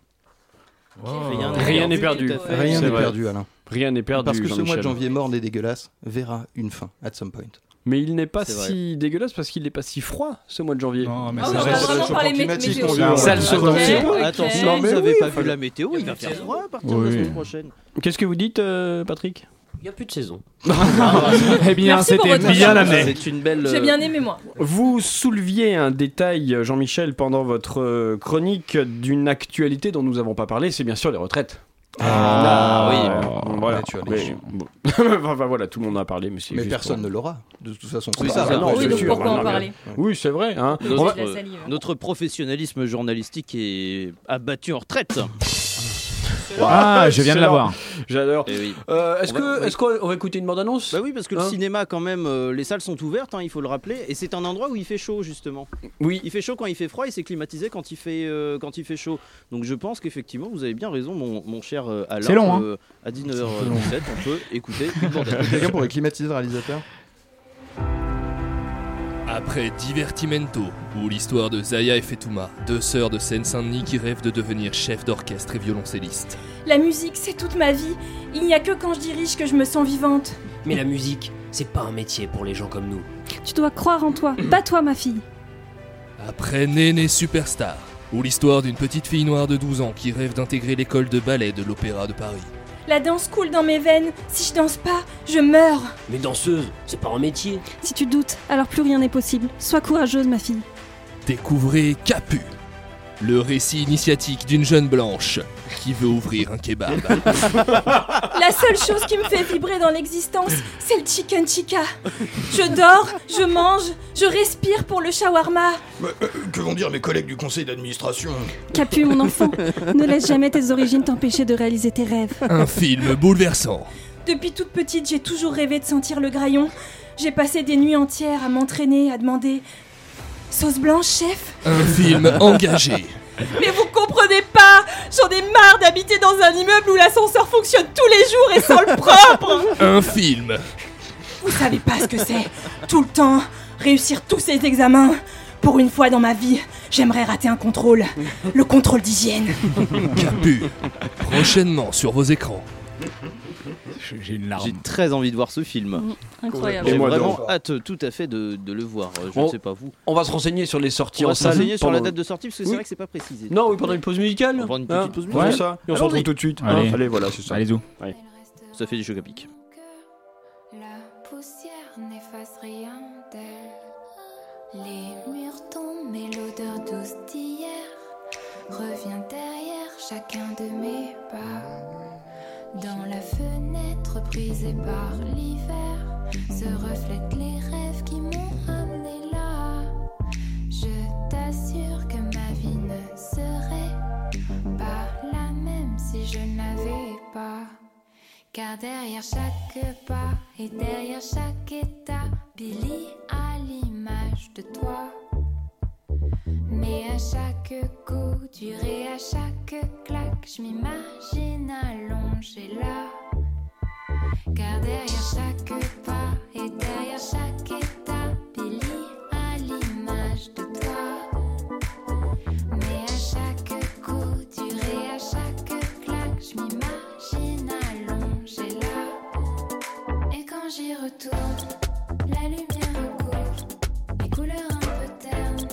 S5: Oh.
S2: Rien n'est
S14: Oh. Rien n'est
S2: perdu,
S14: perdu.
S2: tout à fait.
S5: Rien
S14: C'est
S5: n'est
S14: vrai.
S5: perdu, Alain.
S14: Rien n'est perdu.
S5: Parce que ce mois de
S14: Jean-Michel.
S5: janvier morne et dégueulasse verra une fin, at some point.
S14: Mais il n'est pas
S5: C'est vrai.
S14: si dégueulasse parce qu'il n'est pas si froid ce mois de janvier. Non,
S5: mais Ah, ça on va reste vraiment le parler changement mét- climatique, météo. mon gars.
S14: Ça le second
S5: Ah,
S2: Attention, attention,
S14: Non, mais
S2: vous avez
S14: oui,
S2: pas
S14: enfin,
S2: vu la météo, il va faire froid à partir de la
S14: Oui.
S2: semaine prochaine.
S14: Qu'est-ce que vous dites, euh, Patrick
S12: Il n'y a plus de saison.
S14: eh bien,
S7: Merci pour
S14: c'était
S7: votre
S14: bien
S7: attention.
S14: l'année.
S7: C'est une belle, J'ai euh, bien aimé, moi.
S14: Vous souleviez un détail, euh, Jean-Michel, pendant votre euh, chronique d'une actualité dont nous n'avons pas parlé, c'est bien sûr les retraites.
S5: Ah,
S14: oui. voilà. Mais bon. Enfin, voilà, tout le monde en a parlé, mais c'est
S5: Mais
S14: juste
S5: personne
S14: pour-
S5: ne l'aura, de toute façon.
S14: Oui,
S5: c'est ça,
S14: ça,
S5: la
S14: non,
S5: preuve.
S14: c'est
S2: donc
S14: sûr,
S2: pourquoi en
S14: maintenant,
S2: parler
S14: mais- Oui, c'est vrai. hein. On va-
S2: Notre, euh, notre professionnalisme journalistique est abattu en retraite.
S10: Ah, je viens de l'avoir.
S14: J'adore.
S2: Euh,
S10: est-ce
S14: que- est-ce
S2: qu'on va écouter une bande-annonce Bah oui, parce que
S10: Hein
S2: le cinéma, quand même, euh, les salles sont ouvertes, hein, il faut le rappeler, et c'est un endroit où il fait chaud justement.
S14: Oui.
S2: Il fait chaud quand il fait froid, et c'est climatisé quand il fait euh, quand il fait chaud. Donc je pense qu'effectivement, vous avez bien raison, mon, mon cher euh, Alain.
S5: C'est long, hein.
S2: euh, à
S5: C'est long.
S2: 19h17, on peut écouter une bande-annonce.
S5: Quelqu'un pourrait climatiser le réalisateur
S11: Après Divertimento, ou l'histoire de Zaya et Fetouma, deux sœurs de Seine-Saint-Denis qui rêvent de devenir chef d'orchestre et violoncelliste.
S7: La musique, c'est toute ma vie. Il n'y a que quand je dirige que je me sens vivante.
S12: Mais la musique, c'est pas un métier pour les gens comme nous.
S7: Tu dois croire en toi, pas toi, ma fille.
S11: Après Néné Superstar, ou l'histoire d'une petite fille noire de 12 ans qui rêve d'intégrer l'école de ballet de l'Opéra de Paris.
S7: La danse coule dans mes veines. Si je danse pas, je meurs.
S12: Mais danseuse, c'est pas un métier.
S13: Si tu doutes, alors plus rien n'est possible. Sois courageuse, ma fille.
S11: Découvrez Capu, le récit initiatique d'une jeune blanche qui veut ouvrir un kebab.
S7: La seule chose qui me fait vibrer dans l'existence, c'est le chicken chica. Je dors, je mange, je respire pour le shawarma.
S5: Que vont dire mes collègues du conseil d'administration
S13: Capu, mon enfant, ne laisse jamais tes origines t'empêcher de réaliser tes rêves.
S11: un film bouleversant.
S7: Depuis toute petite, j'ai toujours rêvé de sentir le graillon. J'ai passé des nuits entières à m'entraîner, à demander sauce blanche, chef.
S11: Un film engagé.
S7: Mais vous comprenez pas J'en ai marre d'habiter dans un immeuble où l'ascenseur fonctionne tous les jours et sans le propre
S11: Un film.
S7: Vous savez pas ce que c'est Tout le temps, réussir tous ces examens Pour une fois dans ma vie, j'aimerais rater un contrôle. Le contrôle d'hygiène.
S11: Capu. Prochainement sur vos écrans.
S2: J'ai très envie de voir ce film.
S13: incroyable.
S2: J'ai
S13: Et moi,
S2: vraiment
S13: donc.
S2: hâte euh, tout à fait de, de le voir. euh, Je
S14: On-
S2: ne sais pas vous.
S14: On va se renseigner sur les sorties
S2: On va
S14: en
S2: se
S14: salle.
S2: renseigner sur la
S14: pendant-
S2: date de sortie parce que c'est
S14: Oui.
S2: vrai que c'est pas précisé.
S14: Non, oui, pendant une pause musicale.
S2: On prend une
S14: Hein
S2: petite pause
S14: Ouais,
S2: musicale.
S14: ça. Et on se
S2: Allons-y.
S14: retrouve tout de suite. hein. Allez, voilà, c'est ça.
S10: Allez-y.
S2: Ça fait des chocs à pic.
S15: La poussière n'efface rien d'elle. Les murs tombent, mais l'odeur douce d'hier revient derrière chacun de mes pas. Dans la fenêtre brisée par l'hiver se reflètent les rêves qui m'ont ramené là. Je t'assure que ma vie ne serait pas la même si je n'avais pas. Car derrière chaque pas et derrière chaque état, Billy a l'image de toi. Mais à chaque coup dur et à chaque claque, je m'imagine allongée là. Car derrière chaque pas et derrière chaque état, Billy a l'image de toi. Mais à chaque coup dur et à chaque claque, je m'imagine allongée là. Et quand j'y retourne, la lumière recouvre les couleurs un peu ternes.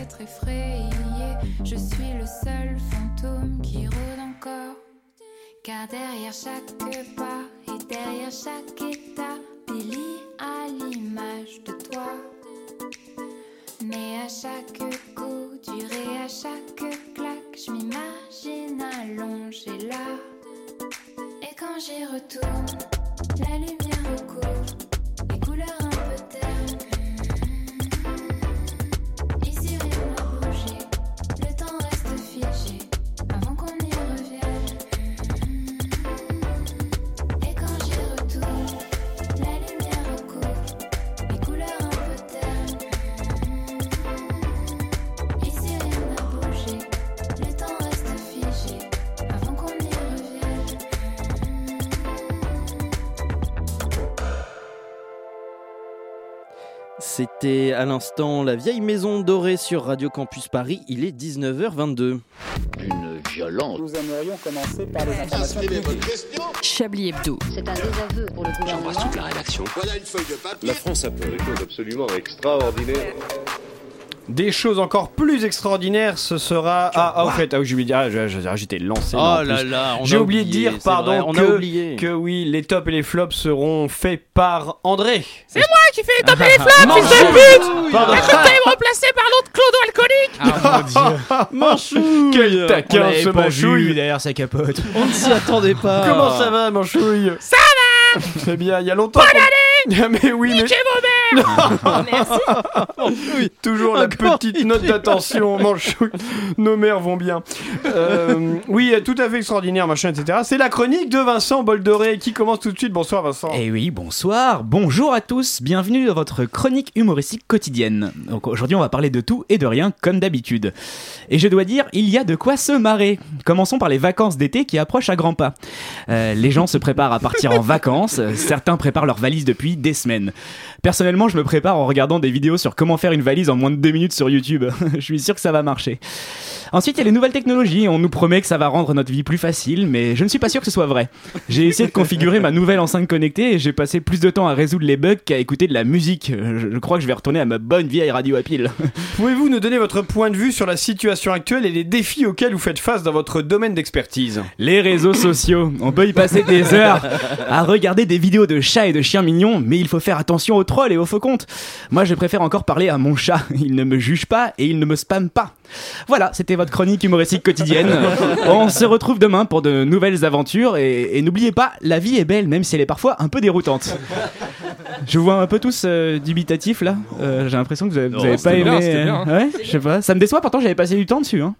S15: être effrayé. Je suis le seul fantôme qui rôde encore. Car derrière chaque pas et derrière chaque état, Billy a l'image de toi. Mais à chaque coup dur et à chaque claque, je m'imagine allongée là. Et quand j'y retourne, la lumière recouvre les couleurs un peu ternes. Ici rien n'a bougé, le temps reste figé avant qu'on y revienne. Et quand j'y retourne, la lumière recouvre les couleurs un peu ternes. Ici rien n'a bougé, le temps reste figé avant qu'on y revienne.
S2: C'était à l'instant la vieille maison dorée sur Radio Campus Paris. Il est 19h22. Une violence.
S16: Nous aimerions commencer par les informations
S8: Chablis Hebdo. C'est un désaveu pour le gouvernement.
S4: toute la rédaction. Voilà une feuille de papier.
S1: La France a fait des choses absolument extraordinaires. Des choses encore plus extraordinaires, ce sera. Ah, ah, en fait, ah, oui, j'ai oublié de dire- ah, je- je- ah, j'étais lancé.
S2: Oh
S1: là, en
S2: là
S1: plus.
S2: là, on
S1: J'ai
S2: a
S1: oublié de
S2: oublié,
S1: dire,
S2: c'est
S1: pardon,
S2: vrai, on a
S1: que,
S2: oublié.
S1: que oui, les tops et les flops seront faits par André.
S17: C'est moi qui fais les top et les
S1: Non,
S2: Ah,
S17: flops, fils de
S1: je-
S17: pute Ah,
S1: Pardon. Ah,
S17: Arrêtez de me remplacer par l'autre clodo alcoolique
S1: Manchouille Quel
S18: On
S1: taquin
S18: l'avait
S1: ce
S18: pas vu
S1: manchouille
S18: derrière sa capote.
S2: On ne s'y attendait pas.
S1: Comment ça va, manchouille
S17: Ça va
S1: C'est bien, il y a longtemps. qu'on- mais oui, mais.
S17: Niquez vos mères Oh,
S1: Oui, toujours la petite note d'attention, Manchouille. Nos mères vont bien. Euh, oui, tout à fait extraordinaire, machin, etc. C'est la chronique de Vincent Boldoré qui commence tout de suite. Bonsoir, Vincent.
S18: Eh oui, bonsoir, bonjour à tous, bienvenue dans votre chronique humoristique quotidienne. Donc aujourd'hui, on va parler de tout et de rien, comme d'habitude. Et je dois dire, il y a de quoi se marrer. Commençons par les vacances d'été qui approchent à grands pas. Euh, les gens se préparent à partir en vacances, euh, certains préparent leurs valises depuis des semaines. Personnellement, je me prépare en regardant des vidéos sur comment faire une valise en moins de deux minutes sur YouTube. je suis sûr que ça va marcher. Ensuite, il y a les nouvelles technologies. On nous promet que ça va rendre notre vie plus facile, mais je ne suis pas sûr que ce soit vrai. J'ai essayé de configurer ma nouvelle enceinte connectée et j'ai passé plus de temps à résoudre les bugs qu'à écouter de la musique. Euh, Je, je crois que je vais retourner à ma bonne vieille radio à pile.
S1: Pouvez-vous nous donner votre point de vue sur la situation actuelle et les défis auxquels vous faites face dans votre domaine d'expertise
S18: Les réseaux sociaux, on peut y passer des heures à regarder des vidéos de chats et de chiens mignons, mais il faut faire attention aux trolls et aux faux comptes. Moi, je préfère encore parler à mon chat. Il ne me juge pas et il ne me spamme pas. Voilà, c'était votre chronique humoristique quotidienne. On se retrouve demain pour de nouvelles aventures et, et n'oubliez pas, la vie est belle, même si elle est parfois un peu déroutante. Je vous vois un peu tous euh, dubitatifs là. Euh, J'ai l'impression que vous avez, vous
S14: Non,
S18: avez pas
S14: c'était
S18: aimé.
S14: bien, c'était bien.
S18: euh, ouais, je sais pas. Ça me déçoit pourtant, j'avais passé du temps dessus. Hein.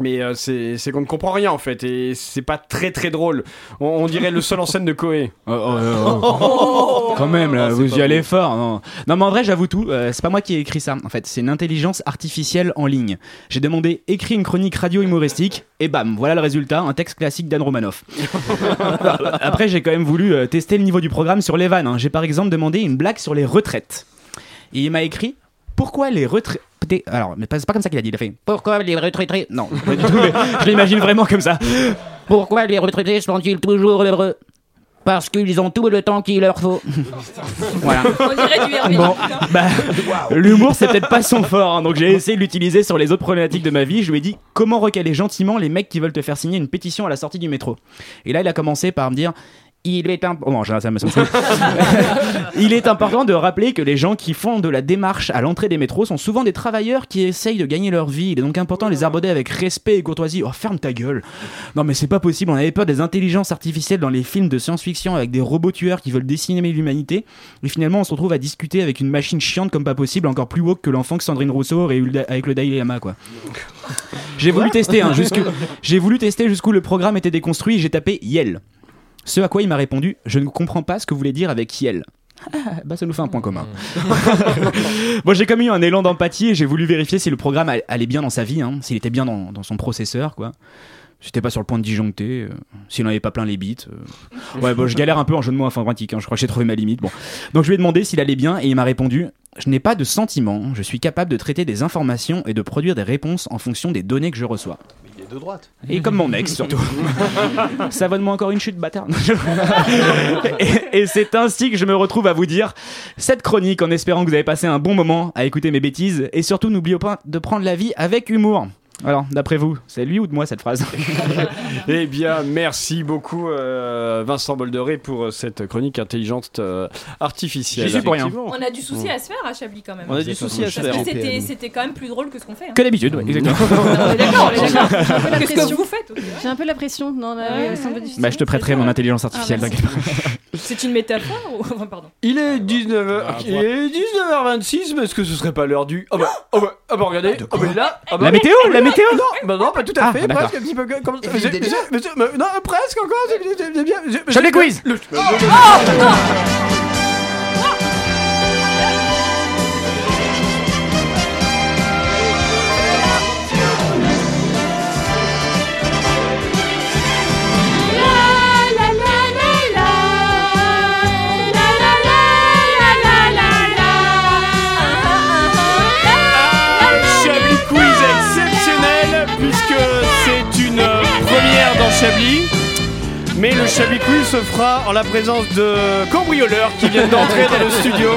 S1: Mais euh, c'est c'est qu'on ne comprend rien en fait et c'est pas très très drôle. On, on dirait le seul en scène de Koé.
S18: Oh, Quand même, là, vous y allez fort. Non. non, mais en vrai, j'avoue tout. euh, c'est pas moi qui ai écrit ça. En fait, c'est une intelligence artificielle en ligne. J'ai demandé écris une chronique radio humoristique et bam, voilà le résultat, un texte classique d'Anne Romanoff. Après, j'ai quand même voulu euh, tester le niveau du programme sur les vannes. hein. J'ai par exemple demandé une blague sur les retraites. Et il m'a écrit pourquoi les retraites. Alors, mais pas- c'est pas comme ça qu'il a dit. Il a fait pourquoi les retraités Non, pas du tout, mais je l'imagine vraiment comme ça. Pourquoi les retraités sont-ils toujours heureux Parce qu'ils ont tout le temps qu'il leur faut. voilà. Bon, bah, l'humour, c'est peut-être pas son fort. hein, donc j'ai essayé de l'utiliser sur les autres problématiques de ma vie. Je lui ai dit comment recaler gentiment les mecs qui veulent te faire signer une pétition à la sortie du métro. Et là, il a commencé par me dire. Il est, imp- oh, non, ça, ça me- ça me saoule. il est important de rappeler que les gens qui font de la démarche à l'entrée des métros sont souvent des travailleurs qui essayent de gagner leur vie. Il est donc important de les aborder avec respect et courtoisie. Oh, ferme ta gueule. Non, mais c'est pas possible. On avait peur des intelligences artificielles dans les films de science-fiction avec des robots tueurs qui veulent décimer l'humanité. Et finalement, on se retrouve à discuter avec une machine chiante comme pas possible, encore plus woke que l'enfant que Sandrine Rousseau aurait eu le da- avec le Dalai Lama, quoi. J'ai voulu tester, hein, jusque- j'ai voulu tester jusqu'où le programme était déconstruit. et J'ai tapé Yel. Ce à quoi il m'a répondu Je ne comprends pas ce que vous voulez dire avec Yel. Ah, bah ça nous fait un point commun. bon, j'ai comme eu un élan d'empathie et j'ai voulu vérifier si le programme all- allait bien dans sa vie, hein, s'il était bien dans, dans son processeur, quoi. J'étais pas sur le point de disjoncter, euh, s'il n'en avait pas plein les bits. euh. Ouais, bon, je galère un peu en jeu de mots informatique, hein, je crois que j'ai trouvé ma limite. Bon. Donc je lui ai demandé s'il allait bien et il m'a répondu Je n'ai pas de sentiment, je suis capable de traiter des informations et de produire des réponses en fonction des données que je reçois.
S5: de droite.
S18: Et comme mon ex, surtout. Ça va de moi encore une chute, bâtard. et et c'est ainsi que je me retrouve à vous dire cette chronique en espérant que vous avez passé un bon moment à écouter mes bêtises et surtout n'oubliez pas de prendre la vie avec humour. Alors, d'après vous, c'est lui ou de moi cette phrase
S1: Eh bien, merci beaucoup euh, Vincent Boldoré pour euh, cette chronique intelligente euh, artificielle. Mmh.
S18: J'y suis pour rien.
S1: Effectivement.
S7: On a du souci à se faire à Chablis quand même.
S1: On a du souci à se faire.
S7: Parce que c'était- c'était quand même plus drôle que ce qu'on fait. hein.
S18: Que d'habitude, ouais, exactement.
S7: On est d'accord, on est d'accord.
S13: la
S7: Qu'est-ce que
S13: pression.
S7: vous faites aussi
S13: J'ai un peu la pression. Non, là,
S7: Ouais,
S13: euh, c'est un peu difficile.
S18: Bah, je te prêterai mon intelligence artificielle,
S13: Ah,
S18: t'inquiète pas.
S7: C'est une métaphore ou... enfin, Pardon.
S1: Il est 19h, il est 19h26, mais est-ce que ce serait pas l'heure du. Oh bah, oh bah, oh bah, regardez, oh bah, là, ah bah-
S18: La météo, la
S1: là,
S18: météo
S1: Non, bah non, pas tout à
S18: Ah,
S1: fait,
S18: d'accord.
S1: presque un petit peu. comme- Comme...
S18: Et
S1: mais-
S18: des
S1: mais-
S18: liens
S1: mais- mais- Non, presque encore, c'est- c'est- c'est- c'est bien. c'est-
S18: Chablis
S1: c'est-
S18: Quiz
S1: le-
S17: Oh.
S1: 아. Chablis Quiz exceptionnel puisque c'est une euh, première dans Chablis. Mais le Chablis Quiz se fera en la présence de cambrioleurs qui viennent d'entrer dans le studio,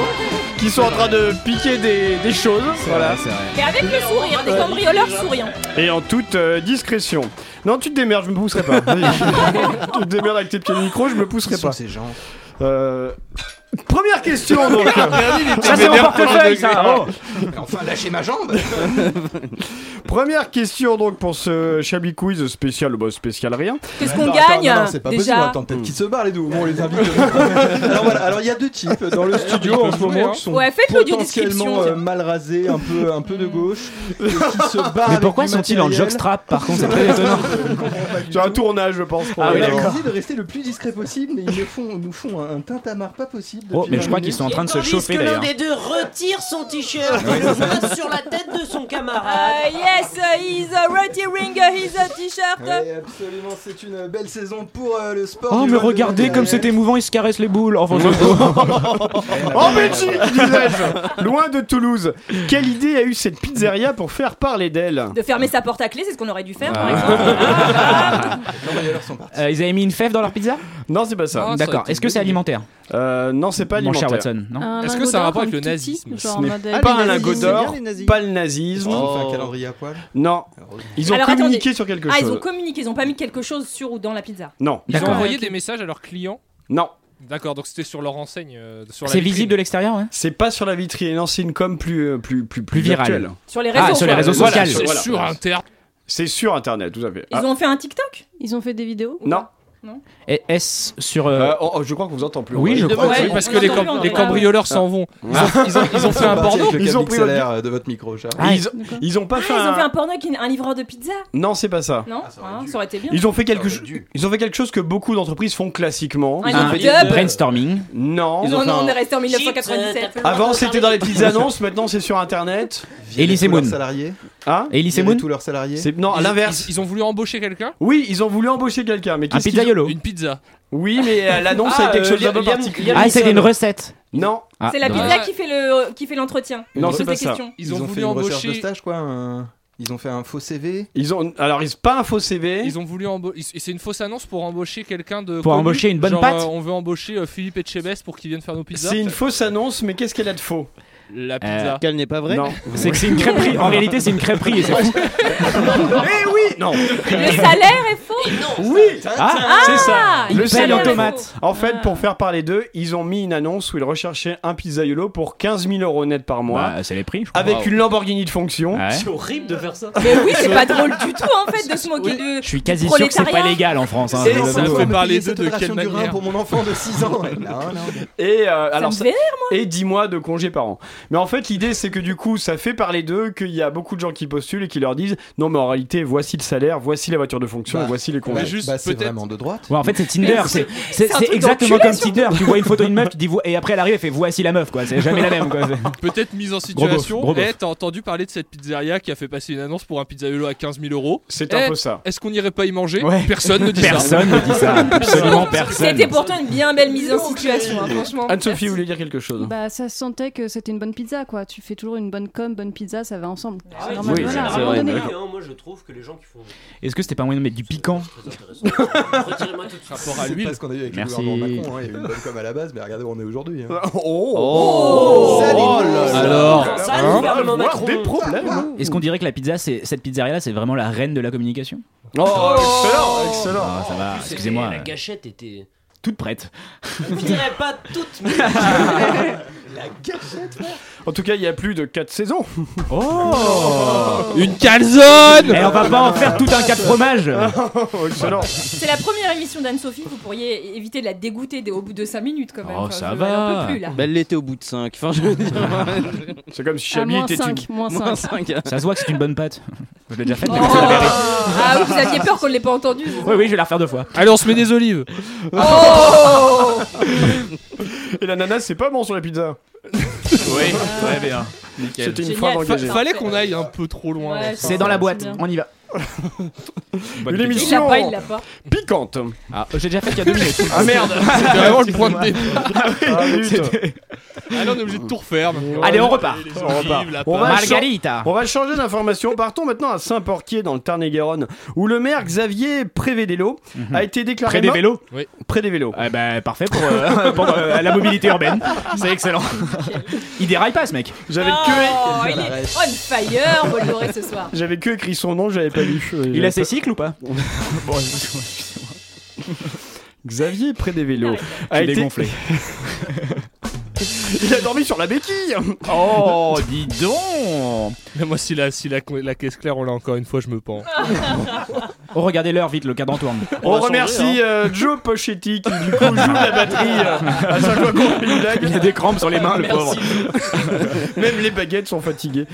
S1: qui sont en train de piquer des, des choses. Voilà.
S7: Et avec le sourire, des cambrioleurs souriants.
S1: Et en toute euh, discrétion. Non, tu te démerdes, je me pousserai pas. tu te démerdes avec tes pieds de micro, je me pousserai pas.
S5: ces gens
S1: Euh, Première question donc.
S5: Ça, c'est mon portefeuille,
S1: ça.
S5: ça. Oh. Enfin, lâchez ma jambe.
S1: Première question donc pour ce Chablis Quiz spécial, bah spécial rien.
S7: Qu'est-ce qu'on
S5: Non,
S7: gagne
S5: attends, non, non, c'est pas
S7: déjà
S5: possible. Attends, peut-être qu'ils se barrent les deux. Bon, on les invite. alors voilà, alors il y a deux types dans
S18: Ah,
S5: le studio en ce moment
S18: hein.
S5: qui sont
S7: Ouais, faites l'audiodescription,
S5: potentiellement euh, mal rasés, un peu, un peu de gauche, et qui se barrent.
S18: Mais
S5: avec
S18: pourquoi
S5: du
S18: sont-ils en
S5: matériel.
S18: jockstrap par contre C'est très étonnant.
S1: C'est un tournage, je pense. pour
S18: Ah
S1: les
S18: oui,
S5: Alors,
S1: gens.
S5: on dit de rester le plus discret possible, mais ils le font, nous font un, un tintamarre pas possible.
S18: Oh,
S5: depuis
S18: mais je
S5: 20
S18: crois qu'ils
S5: minutes.
S18: sont en train de se
S12: Tandis
S18: chauffer
S12: que l'un
S18: d'ailleurs.
S12: des deux retire son t-shirt et le passe sur la tête de son camarade.
S7: Euh, yes, uh, he's a retiring uh, his uh, t-shirt.
S5: Ouais, absolument, c'est une belle saison pour euh, le sport.
S18: Oh
S5: du Euh,
S18: mais
S5: vol de
S18: regardez comme
S5: matériel.
S18: c'était émouvant, ils se caressent les boules. Enfin, c'est
S1: En Belgique, disais-je, loin de Toulouse. Quelle idée a eu cette pizzeria pour faire parler d'elle
S7: De fermer sa porte à clé, c'est ce qu'on aurait dû faire par
S1: Ah.
S7: exemple. ah,
S18: Euh, ils avaient mis une fève dans leur pizza
S1: Non, c'est pas
S2: Oh,
S1: ça.
S18: D'accord. Est-ce que c'est alimentaire
S1: Euh, non, c'est pas
S18: Mon
S1: alimentaire.
S18: cher Watson, non
S13: Un
S11: Est-ce que
S13: lingot
S11: ça a
S13: d'or,
S11: rapport
S13: un
S11: avec le
S13: tout petit,
S11: nazisme
S13: genre en
S1: Ce
S13: mode-
S1: n'est pas un lingot
S5: nazis, c'est bien,
S1: d'or,
S5: les nazis.
S1: pas le nazisme.
S11: Oh.
S5: Ils ont fait un calendrier à poil.
S1: Non, ils ont
S7: Alors,
S1: communiqué
S7: attendez.
S1: sur quelque
S7: Ah, ils
S1: chose.
S7: ont communiqué, ils ont pas mis quelque chose sur ou dans la pizza.
S1: Non,
S11: Ils ont envoyé
S7: Ok.
S11: des messages à leurs clients.
S1: non.
S11: D'accord, donc c'était sur leur enseigne. euh, sur la
S18: C'est
S11: vitrine.
S18: visible de l'extérieur, ouais
S1: C'est pas sur la vitrine, non, c'est une com plus euh, plus plus
S18: Plus virale.
S1: actuelle.
S7: Sur les réseaux.
S18: Ah, sur les
S7: quoi.
S18: réseaux
S1: Voilà,
S18: sociaux.
S1: sur- voilà.
S11: Sur Internet.
S1: C'est sur internet, tout à fait.
S7: Ils
S1: Ah,
S7: ont fait un TikTok
S13: Ils ont fait des vidéos
S1: Non.
S18: Et Est-ce sur euh,
S1: Euh, oh, oh, je crois qu'on vous entend plus.
S18: Oui,
S1: On va-
S18: je
S11: Demande,
S18: crois.
S11: oui,
S18: Ouais,
S11: parce
S7: on
S11: que les,
S7: entend
S11: cam-
S7: plus, on
S11: les
S7: entend plus.
S11: cambrioleurs s'en vont. Ils ont, ils ont- ils ont fait un
S5: Parti
S11: porno.
S5: avec le
S1: Ils
S5: câble
S1: ont pris votre
S5: XLR, euh, de votre micro, Charles.
S18: Ah,
S1: Ils, ils ont pas
S7: Ah,
S1: fait,
S7: ils
S1: un...
S7: ont fait un porno avec une- un livreur de pizza
S1: Non, c'est pas ça.
S7: Non Ah, Ça aurait été bien.
S1: Ils ont fait quelque chose. Ils ont fait quelque chose que beaucoup d'entreprises font classiquement.
S7: Un
S1: Ils ont
S7: link
S1: fait-
S7: up.
S18: brainstorming
S1: Non.
S7: Non,
S5: fait
S7: non,
S5: un-
S7: on est resté en
S12: Chips, euh,
S7: 1997.
S1: Avant c'était Ah, dans les petites annonces, maintenant c'est sur internet.
S18: Elise
S5: Tous
S18: Moon.
S5: leurs salariés.
S1: Hein
S18: Elise
S5: Ils
S18: Moon
S5: tous leurs salariés.
S1: C'est non à
S11: Ils-
S1: l'inverse.
S11: Ils, ils ont voulu embaucher quelqu'un
S1: Oui, ils ont voulu embaucher quelqu'un, mais
S18: Un
S1: qu'est-ce qu'ils ont-
S18: pizzaiolo
S11: Une pizza.
S1: Oui, mais euh, l'annonce a
S2: Ah,
S1: quelque
S2: euh,
S1: chose d'un peu
S2: Liam-
S1: particulier.
S2: Liam
S18: Ah, c'est
S2: Neeson.
S18: une recette
S1: Non,
S18: Ah,
S7: C'est la
S18: dommage.
S7: pizza
S11: Ouais.
S7: qui fait le qui fait l'entretien.
S1: Non,
S7: Toutes
S1: c'est
S7: les
S1: pas ça.
S7: questions.
S11: Ils ont,
S5: fait
S11: voulu
S5: une recherche de
S11: embaucher.
S5: stage, quoi. un- Hein. Ils ont fait un faux CV.
S1: ils ont alors ils pas un faux CV.
S11: Ils ont voulu embaucher. C'est une fausse annonce pour embaucher quelqu'un de.
S18: Pour
S11: connu.
S18: embaucher une bonne
S11: Genre,
S18: patte
S11: euh, On veut embaucher euh, Philippe Etchebest pour qu'il vienne faire nos pizzas.
S1: C'est une fausse annonce, mais qu'est-ce qu'elle a de faux
S11: La
S18: Euh,
S11: pizza.
S2: Qu'elle Euh, n'est pas vraie.
S1: Non.
S18: C'est que c'est une crêperie. En réalité, c'est une crêperie et c'est fou.
S1: Eh oui, non.
S7: Le salaire est faux.
S1: Oui,
S18: Ah,
S1: c'est ça.
S7: Ah,
S1: Le
S18: une pelle
S1: salaire
S18: en
S1: est
S18: tomate.
S1: En fait, pour faire parler d'eux, ils ont mis une annonce où ils recherchaient un pizzaiolo pour 15 000 euros net par mois,
S18: Bah, c'est les prix, je crois.
S1: avec
S11: wow.
S1: une Lamborghini de fonction.
S18: Ouais.
S2: C'est horrible de faire ça.
S7: Mais oui, c'est pas drôle du tout en fait de se moquer de.
S18: Je suis quasi sûr que c'est pas
S7: prolétariat.
S18: légal en France. hein.
S5: C'est
S18: Je-
S5: ça,
S11: fait
S5: on va me
S11: parler
S5: payer
S11: d'eux
S5: cette
S11: de quelle
S5: opération du rein
S11: manière
S5: pour mon enfant de 6 ans. Non, non.
S1: Et euh,
S7: Ça
S1: alors
S7: me
S1: ça-
S7: vénère.
S1: et 10 mois de congés par an. Mais en fait, l'idée c'est que du coup, ça fait parler d'eux, qu'il y a beaucoup de gens qui postulent et qui leur disent non, mais en réalité, voici le salaire, voici la voiture de fonction,
S5: Bah,
S1: et voici qu'il est con.
S5: Ouais, bah, c'est vraiment de droite.
S18: Ouais, en fait, c'est Tinder. C'est, c'est,
S5: c'est un
S18: c'est
S5: truc
S18: exactement
S5: d'enculé,
S18: comme Tinder. Tu vois une photo d'une meuf, tu dis vo- et après elle arrive et fait voici la meuf quoi. C'est jamais la même quoi. C'est-
S11: Peut-être mise
S18: Gros
S11: en
S18: beauf,
S11: situation.
S18: gros beauf.
S11: Eh, t'as entendu parler de cette pizzeria qui a fait passer une annonce pour un pizzaiolo à 15 000 euros
S1: C'est
S11: Eh,
S1: un peu ça.
S11: Est-ce qu'on irait pas y manger
S18: Ouais.
S11: Personne ne dit ça.
S18: Personne ne dit ça. Absolument personne.
S7: C'était pourtant une bien belle mise en situation, hein, franchement.
S1: Anne-Sophie voulait dire quelque chose.
S13: Bah, ça se sentait que c'était une bonne pizza, quoi. Tu fais toujours une bonne com, bonne pizza, ça va ensemble.
S12: Ah
S13: C'est
S12: ouais,
S13: normal.
S12: c'est
S13: Voilà,
S12: vrai,
S13: à
S12: c'est
S13: un
S12: vrai,
S13: moment donné.
S12: d'accord. Moi, je trouve que les gens qui font
S18: Est-ce que c'était pas moyen de mettre du piquant
S12: Retirez-moi tout de suite.
S11: Rapport à
S5: C'est
S11: l'huile.
S5: pas ce qu'on a eu avec
S18: Merci.
S5: le gouvernement Macron. hein. Il y a eu une bonne com à la base, mais regardez où on est aujourd'hui. hein.
S1: Oh
S5: Salut.
S18: Alors,
S12: Ça, le gouvernement Macron.
S1: Des problèmes hein.
S18: Est-ce qu'on dirait que la pizza, c'est cette pizzeria-là, c'est vraiment la reine de la communication
S1: Oh, excellent, excellent.
S18: Ah, ça va,
S12: C'était-
S18: excusez-moi,
S12: La
S18: euh,
S12: gâchette était.
S18: toute prête.
S12: Je dirais pas toute, mais. la gâchette,
S1: En tout cas, il y a plus de 4 saisons.
S18: Oh
S11: Une calzone
S18: Et Eh, on va pas en faire tout un cas de fromage
S1: Oh, excellent.
S7: C'est la première émission d'Anne-Sophie, vous pourriez éviter de la dégoûter dès- au bout de 5 minutes quand même.
S2: Oh,
S7: Enfin,
S2: ça
S7: je-
S2: va.
S7: Elle en peut plus là.
S2: Bah, elle l'était au bout de 5. Enfin, je veux dire.
S1: C'est comme si
S7: À
S1: Chablis
S7: Ah, moins
S1: était une.
S7: cinq, moins
S2: Moins
S7: 5.
S2: cinq.
S18: Ça se voit que c'est une bonne pâte. Je l'ai déjà faite, mais
S7: Oh.
S18: c'est la vérité.
S7: Ah oui, vous aviez peur qu'on ne l'ait pas entendu. vous.
S18: Oui, oui, je vais la refaire deux fois.
S11: Allez, on se met des olives.
S7: Oh
S1: Et l'ananas, c'est pas bon sur la pizza.
S18: Oui, très bien.
S1: C'était une
S7: Génial.
S1: phrase
S11: Fa-
S1: engagée.
S11: fallait qu'on aille un peu trop loin.
S7: Ouais,
S18: C'est dans la boîte,
S7: c'est bien.
S18: on y va.
S1: Une
S7: Il l'a
S1: émission
S7: pas, il l'a pas.
S1: piquante.
S18: Ah,
S1: oh,
S18: j'ai déjà fait il y a deux minutes.
S1: Ah merde
S11: C'était vraiment le point de départ.
S1: Ah, zut.
S11: Ah là, on est obligé de tout refaire.
S18: Allez, on repart.
S11: Les
S1: On
S11: olives,
S1: repart.
S11: la
S1: On va
S11: pâte.
S1: changer-
S18: Margarita.
S1: On va changer d'information. Partons maintenant à Saint-Porquier dans le Tarn-et-Garonne, où le maire Xavier Prévédélo a été déclaré
S18: Près des
S1: mort-
S18: vélos
S11: Oui.
S1: Près des vélos.
S18: Eh ben, parfait Mhm. pour, euh, pour, euh, la mobilité urbaine. C'est excellent. Il déraille pas, ce mec.
S1: J'avais
S7: Oh,
S1: que
S7: il est on fire, Bolloré ce soir.
S1: j'avais que écrit son nom, j'avais pas lu.
S18: Il a ses cycles ou pas
S1: Xavier Près des vélos a
S18: Il est
S1: été
S18: gonflé.
S1: Il a dormi sur la béquille.
S18: Oh, dis donc
S11: Mais moi, si la, si la, la caisse claire, on l'a encore une fois, je me pends.
S18: Oh, regardez l'heure, vite, le cadran tourne.
S1: On, remercie
S18: hein.
S1: euh, Joe Pochetti qui du coup joue la batterie euh, à chaque fois qu'on fait une blague.
S18: Il a des crampes sur les mains, le pauvre.
S1: Même les baguettes sont fatiguées.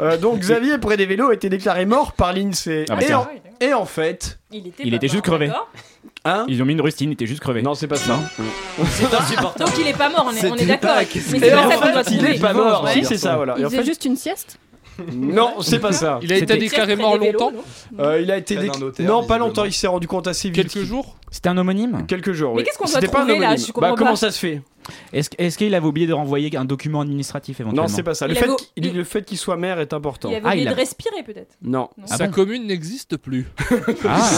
S1: Euh, donc Xavier près des vélos a été déclaré mort par l'INSEE. Eh
S18: Ah bah
S1: et,
S18: tiens.
S1: en, et en fait,
S7: Il était,
S18: Il
S7: pas
S18: était juste
S7: mort,
S18: crevé.
S7: d'accord
S1: hein
S18: Ils ont mis une rustine, il était juste crevé.
S1: Non, c'est pas ça.
S12: c'est insupportable.
S7: Donc il est pas mort, on est, on est
S5: C'était
S7: d'accord.
S5: pas-
S7: Mais c'est
S1: Et
S7: pas
S1: en
S7: ça qu'on doit
S1: fait, il
S7: trouver.
S1: est pas mort.
S7: Ouais.
S1: Si, c'est ça, voilà. Et
S13: Il
S1: en
S13: faisait
S1: fait-
S13: juste une sieste
S1: non, c'est pas ça.
S11: Il a été
S1: C'était-
S11: déclaré
S7: Près
S11: mort
S7: des vélos,
S11: longtemps
S7: non
S1: euh, il a été
S5: Près
S1: déc-
S5: d'un notaire,
S1: Non, pas longtemps.
S5: visiblement.
S1: Il s'est rendu compte assez vite.
S11: Quelques jours
S18: C'était un homonyme
S1: Quelques jours.
S7: Mais
S1: oui.
S7: qu'est-ce qu'on doit
S1: C'était pas un
S7: trouver, là
S1: homonyme.
S7: Je comprends
S1: Bah,
S7: pas.
S1: Comment ça se fait
S18: Est-ce est-ce qu'il avait oublié de renvoyer un document administratif éventuellement
S1: Non, c'est pas ça. Le
S7: Il
S1: fait
S7: avait-
S1: qu'il- le fait qu'il soit maire est important.
S7: Il avait
S18: Ah,
S7: oublié
S18: il a-
S7: de respirer peut-être.
S1: Non.
S18: Ah
S11: Sa
S18: bon
S11: commune n'existe plus.
S18: Ah,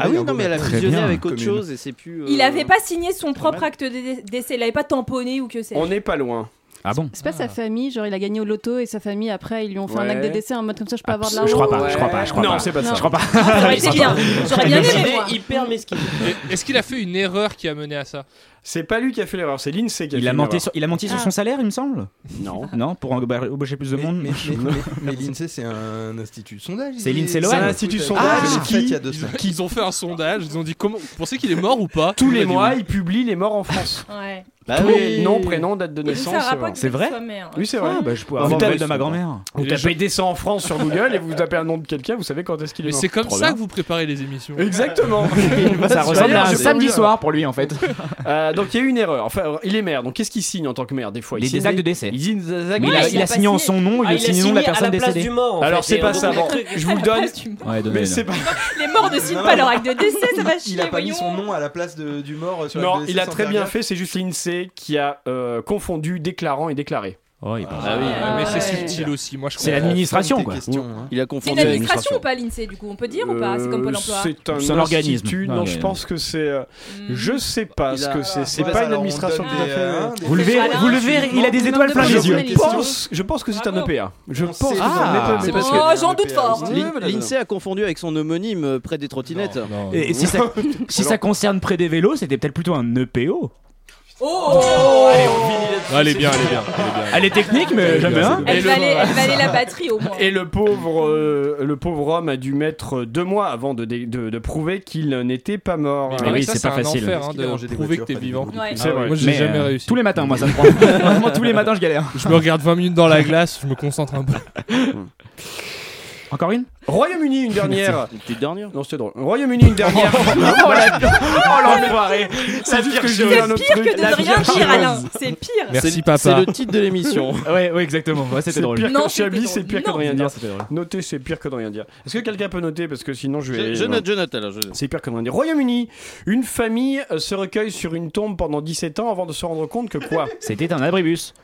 S2: Ah oui, non, mais elle a
S18: Très
S2: fusionné
S18: bien.
S2: avec autre
S5: Commune.
S2: chose et c'est plus. euh,
S7: Il avait pas signé son propre acte de dé- décès, il avait pas tamponné ou que c'est.
S1: On n'est pas loin.
S18: ah bon
S13: C'est pas sa famille, genre il a gagné au loto et sa famille après ils lui ont fait un
S1: Ouais.
S13: acte de décès en mode comme ça je peux avoir de
S18: Ah, Je
S13: l'argent.
S18: crois pas, je crois pas, je crois
S1: Non,
S18: pas.
S1: c'est pas ça.
S18: Je crois pas.
S7: Ça aurait été bien. J'aurais bien
S12: Il
S7: aimé
S12: est
S7: moi.
S12: hyper mesquin.
S11: Et- Est-ce qu'il a fait une erreur qui a mené à ça
S1: C'est pas lui qui a fait l'erreur, c'est l'INSEE qui a
S18: Il
S1: fait
S18: a, menti
S1: l'erreur.
S18: sur, il a menti sur
S13: Ah.
S18: son salaire, il me semble
S1: Non.
S18: Non, pour embaucher embaucher plus de
S5: Mais,
S18: monde
S5: mais- mais- mais- mais l'INSEE, c'est un institut de sondage.
S18: C'est
S5: il est-
S18: l'INSEE Lohan.
S5: Oui,
S18: C'est un
S1: institut de
S5: oui,
S1: sondage
S5: oui,
S1: qui-
S5: en fait, il y a deux
S11: Ah, ils ont,
S5: semaines.
S11: ils ont fait un sondage. Ils ont dit comment. Vous pensez qu'il est mort ou pas
S1: Tous les
S11: Il a dit
S1: mois,
S11: oui.
S1: il publie les morts en France.
S7: Ouais.
S2: Bah
S1: Tous les
S2: oui.
S1: noms, prénoms, date de
S7: Et
S1: naissance.
S7: ça a
S1: c'est vrai.
S7: rapport
S18: C'est vrai
S11: hein.
S1: Oui, c'est vrai.
S18: Ah bah je pourrais
S1: Ah,
S18: avoir
S1: bah,
S18: le
S1: oui,
S18: de ma
S1: c'est
S18: grand-mère.
S1: Vous
S11: Les
S1: tapez décès en France sur Google et vous tapez un nom de quelqu'un, vous savez quand est-ce qu'il est
S11: Mais
S1: mort.
S11: c'est comme
S18: Trop
S11: ça
S18: bien.
S11: que vous préparez les émissions.
S1: Exactement.
S18: Ça ressemble à un
S1: C'est
S18: samedi
S1: bien.
S18: soir pour lui en fait.
S1: Euh, donc il y a eu une erreur. Enfin, il est maire, donc qu'est-ce qu'il signe en tant que maire des fois
S18: Des, des
S1: signe
S18: actes de décès.
S1: Il signe des actes
S18: Mais
S1: de
S18: il a,
S7: Ouais,
S1: décès.
S18: il a signé en son nom, il
S12: Ah,
S18: a
S12: il a
S18: signé le
S12: signé
S18: nom de la
S12: à la
S18: personne
S12: place du
S18: décédée.
S12: mort. en
S1: Alors
S12: fait,
S1: c'est
S12: et
S1: pas
S12: on
S1: ça.
S12: voit
S1: Bon,
S12: le truc.
S1: je vous le donne.
S18: Ouais, donnez,
S1: Mais
S18: donnez.
S1: c'est pas.
S7: Les morts ne signent
S5: Non,
S7: pas
S5: non.
S7: leur acte de décès, ça va chier.
S5: Il a pas mis
S7: voyons.
S5: son nom à la place de- du mort. euh, sur la
S1: Non,
S5: BDC
S1: il a
S5: sans
S1: très
S5: faire
S1: bien
S5: gaffe.
S1: fait. C'est juste l'Insee qui a euh, confondu déclarant et déclaré.
S18: Oh, il est pas mal.
S2: Ah oui.
S11: Ah, mais
S7: ouais.
S11: c'est subtil aussi. Moi, je
S18: C'est
S11: comprends.
S18: l'administration
S5: Tes
S18: quoi.
S5: questions, hein.
S2: Il a
S7: C'est
S2: confondu
S7: une
S2: avec-
S7: administration ou pas l'INSEE du coup On peut dire ou pas C'est comme Pôle emploi.
S1: Euh, C'est un,
S18: C'est un organisme.
S1: institut. Non,
S18: Ouais,
S1: je
S18: ouais.
S1: pense que c'est. euh,
S7: Hmm.
S1: Je sais pas
S2: Il
S1: ce
S2: a-
S1: que c'est. C'est
S5: Voilà,
S1: pas une
S5: alors on
S1: administration
S5: donne
S1: tout à
S5: des,
S1: fait.
S5: euh, des
S18: Vous le verrez,
S5: questions.
S18: vous le verrez, il a des étoiles plein les yeux.
S1: Je pense, je pense que c'est un
S7: Bravo.
S1: EPA. Je
S5: On
S1: pense que
S5: sait
S1: c'est
S18: Ah,
S1: un
S2: c'est
S1: EPA.
S2: parce
S7: Oh,
S5: que-
S7: j'en doute fort.
S1: Ouais,
S2: L'in-
S1: voilà,
S2: L'INSEE a confondu avec son homonyme euh, près des trottinettes.
S18: Et si ça, si ça concerne près des vélos, c'était peut-être plutôt un E EPO.
S7: Oh
S11: Ah, elle est bien, elle est bien. elle est bien.
S18: Elle est technique, mais jamais un.
S7: Elle
S1: Et le-
S7: valait, elle valait la batterie au moins.
S1: Et le pauvre, euh, le pauvre homme a dû mettre deux mois avant de, dé- de- de prouver qu'il n'était pas mort.
S11: Mais
S1: Euh,
S18: oui,
S11: ouais,
S18: c'est
S11: ça,
S18: pas
S11: un
S18: facile.
S11: enfer, hein,
S5: Parce qu'il a
S11: de
S5: rangé des
S11: prouver que
S5: voitures,
S11: t'es
S5: pas des
S11: vivant. Ah
S5: vélos.
S7: Ouais.
S1: C'est vrai.
S11: Moi, j'ai
S18: Mais,
S11: jamais
S18: euh,
S11: réussi.
S18: Tous les matins, moi, ça me prend. Vraiment, tous les matins, je galère.
S11: Je me regarde 20 minutes dans la glace, je me concentre un peu.
S10: Encore une
S1: Royaume-Uni, une dernière.
S2: Une petite dernière
S1: Non, c'était drôle. Royaume-Uni, une dernière. oh la- oh, l'enfoiré C'est juste que je voulais un autre
S7: pire
S1: truc.
S7: que de
S1: La
S7: rien
S1: pire
S7: dire,
S1: chose.
S7: Alain. C'est pire.
S11: Merci,
S2: C'est-
S11: papa.
S2: C'est le titre de l'émission.
S10: ouais, ouais, exactement. Ouais, c'était
S1: C'est
S10: drôle.
S1: pire
S7: Non,
S1: que
S7: c'était
S1: Chablis,
S7: drôle.
S1: c'est pire que de
S7: Non.
S1: rien
S10: Non,
S1: dire.
S10: c'était drôle.
S1: Noter, c'est pire que de rien dire. Est-ce que quelqu'un peut noter Parce que sinon, je vais.
S2: Je
S1: voilà.
S2: note, je note alors. Je... note.
S1: C'est pire que de rien dire. Royaume-Uni, une famille euh, se recueille sur une tombe pendant 17 ans avant de se rendre compte que quoi
S10: C'était un abribus.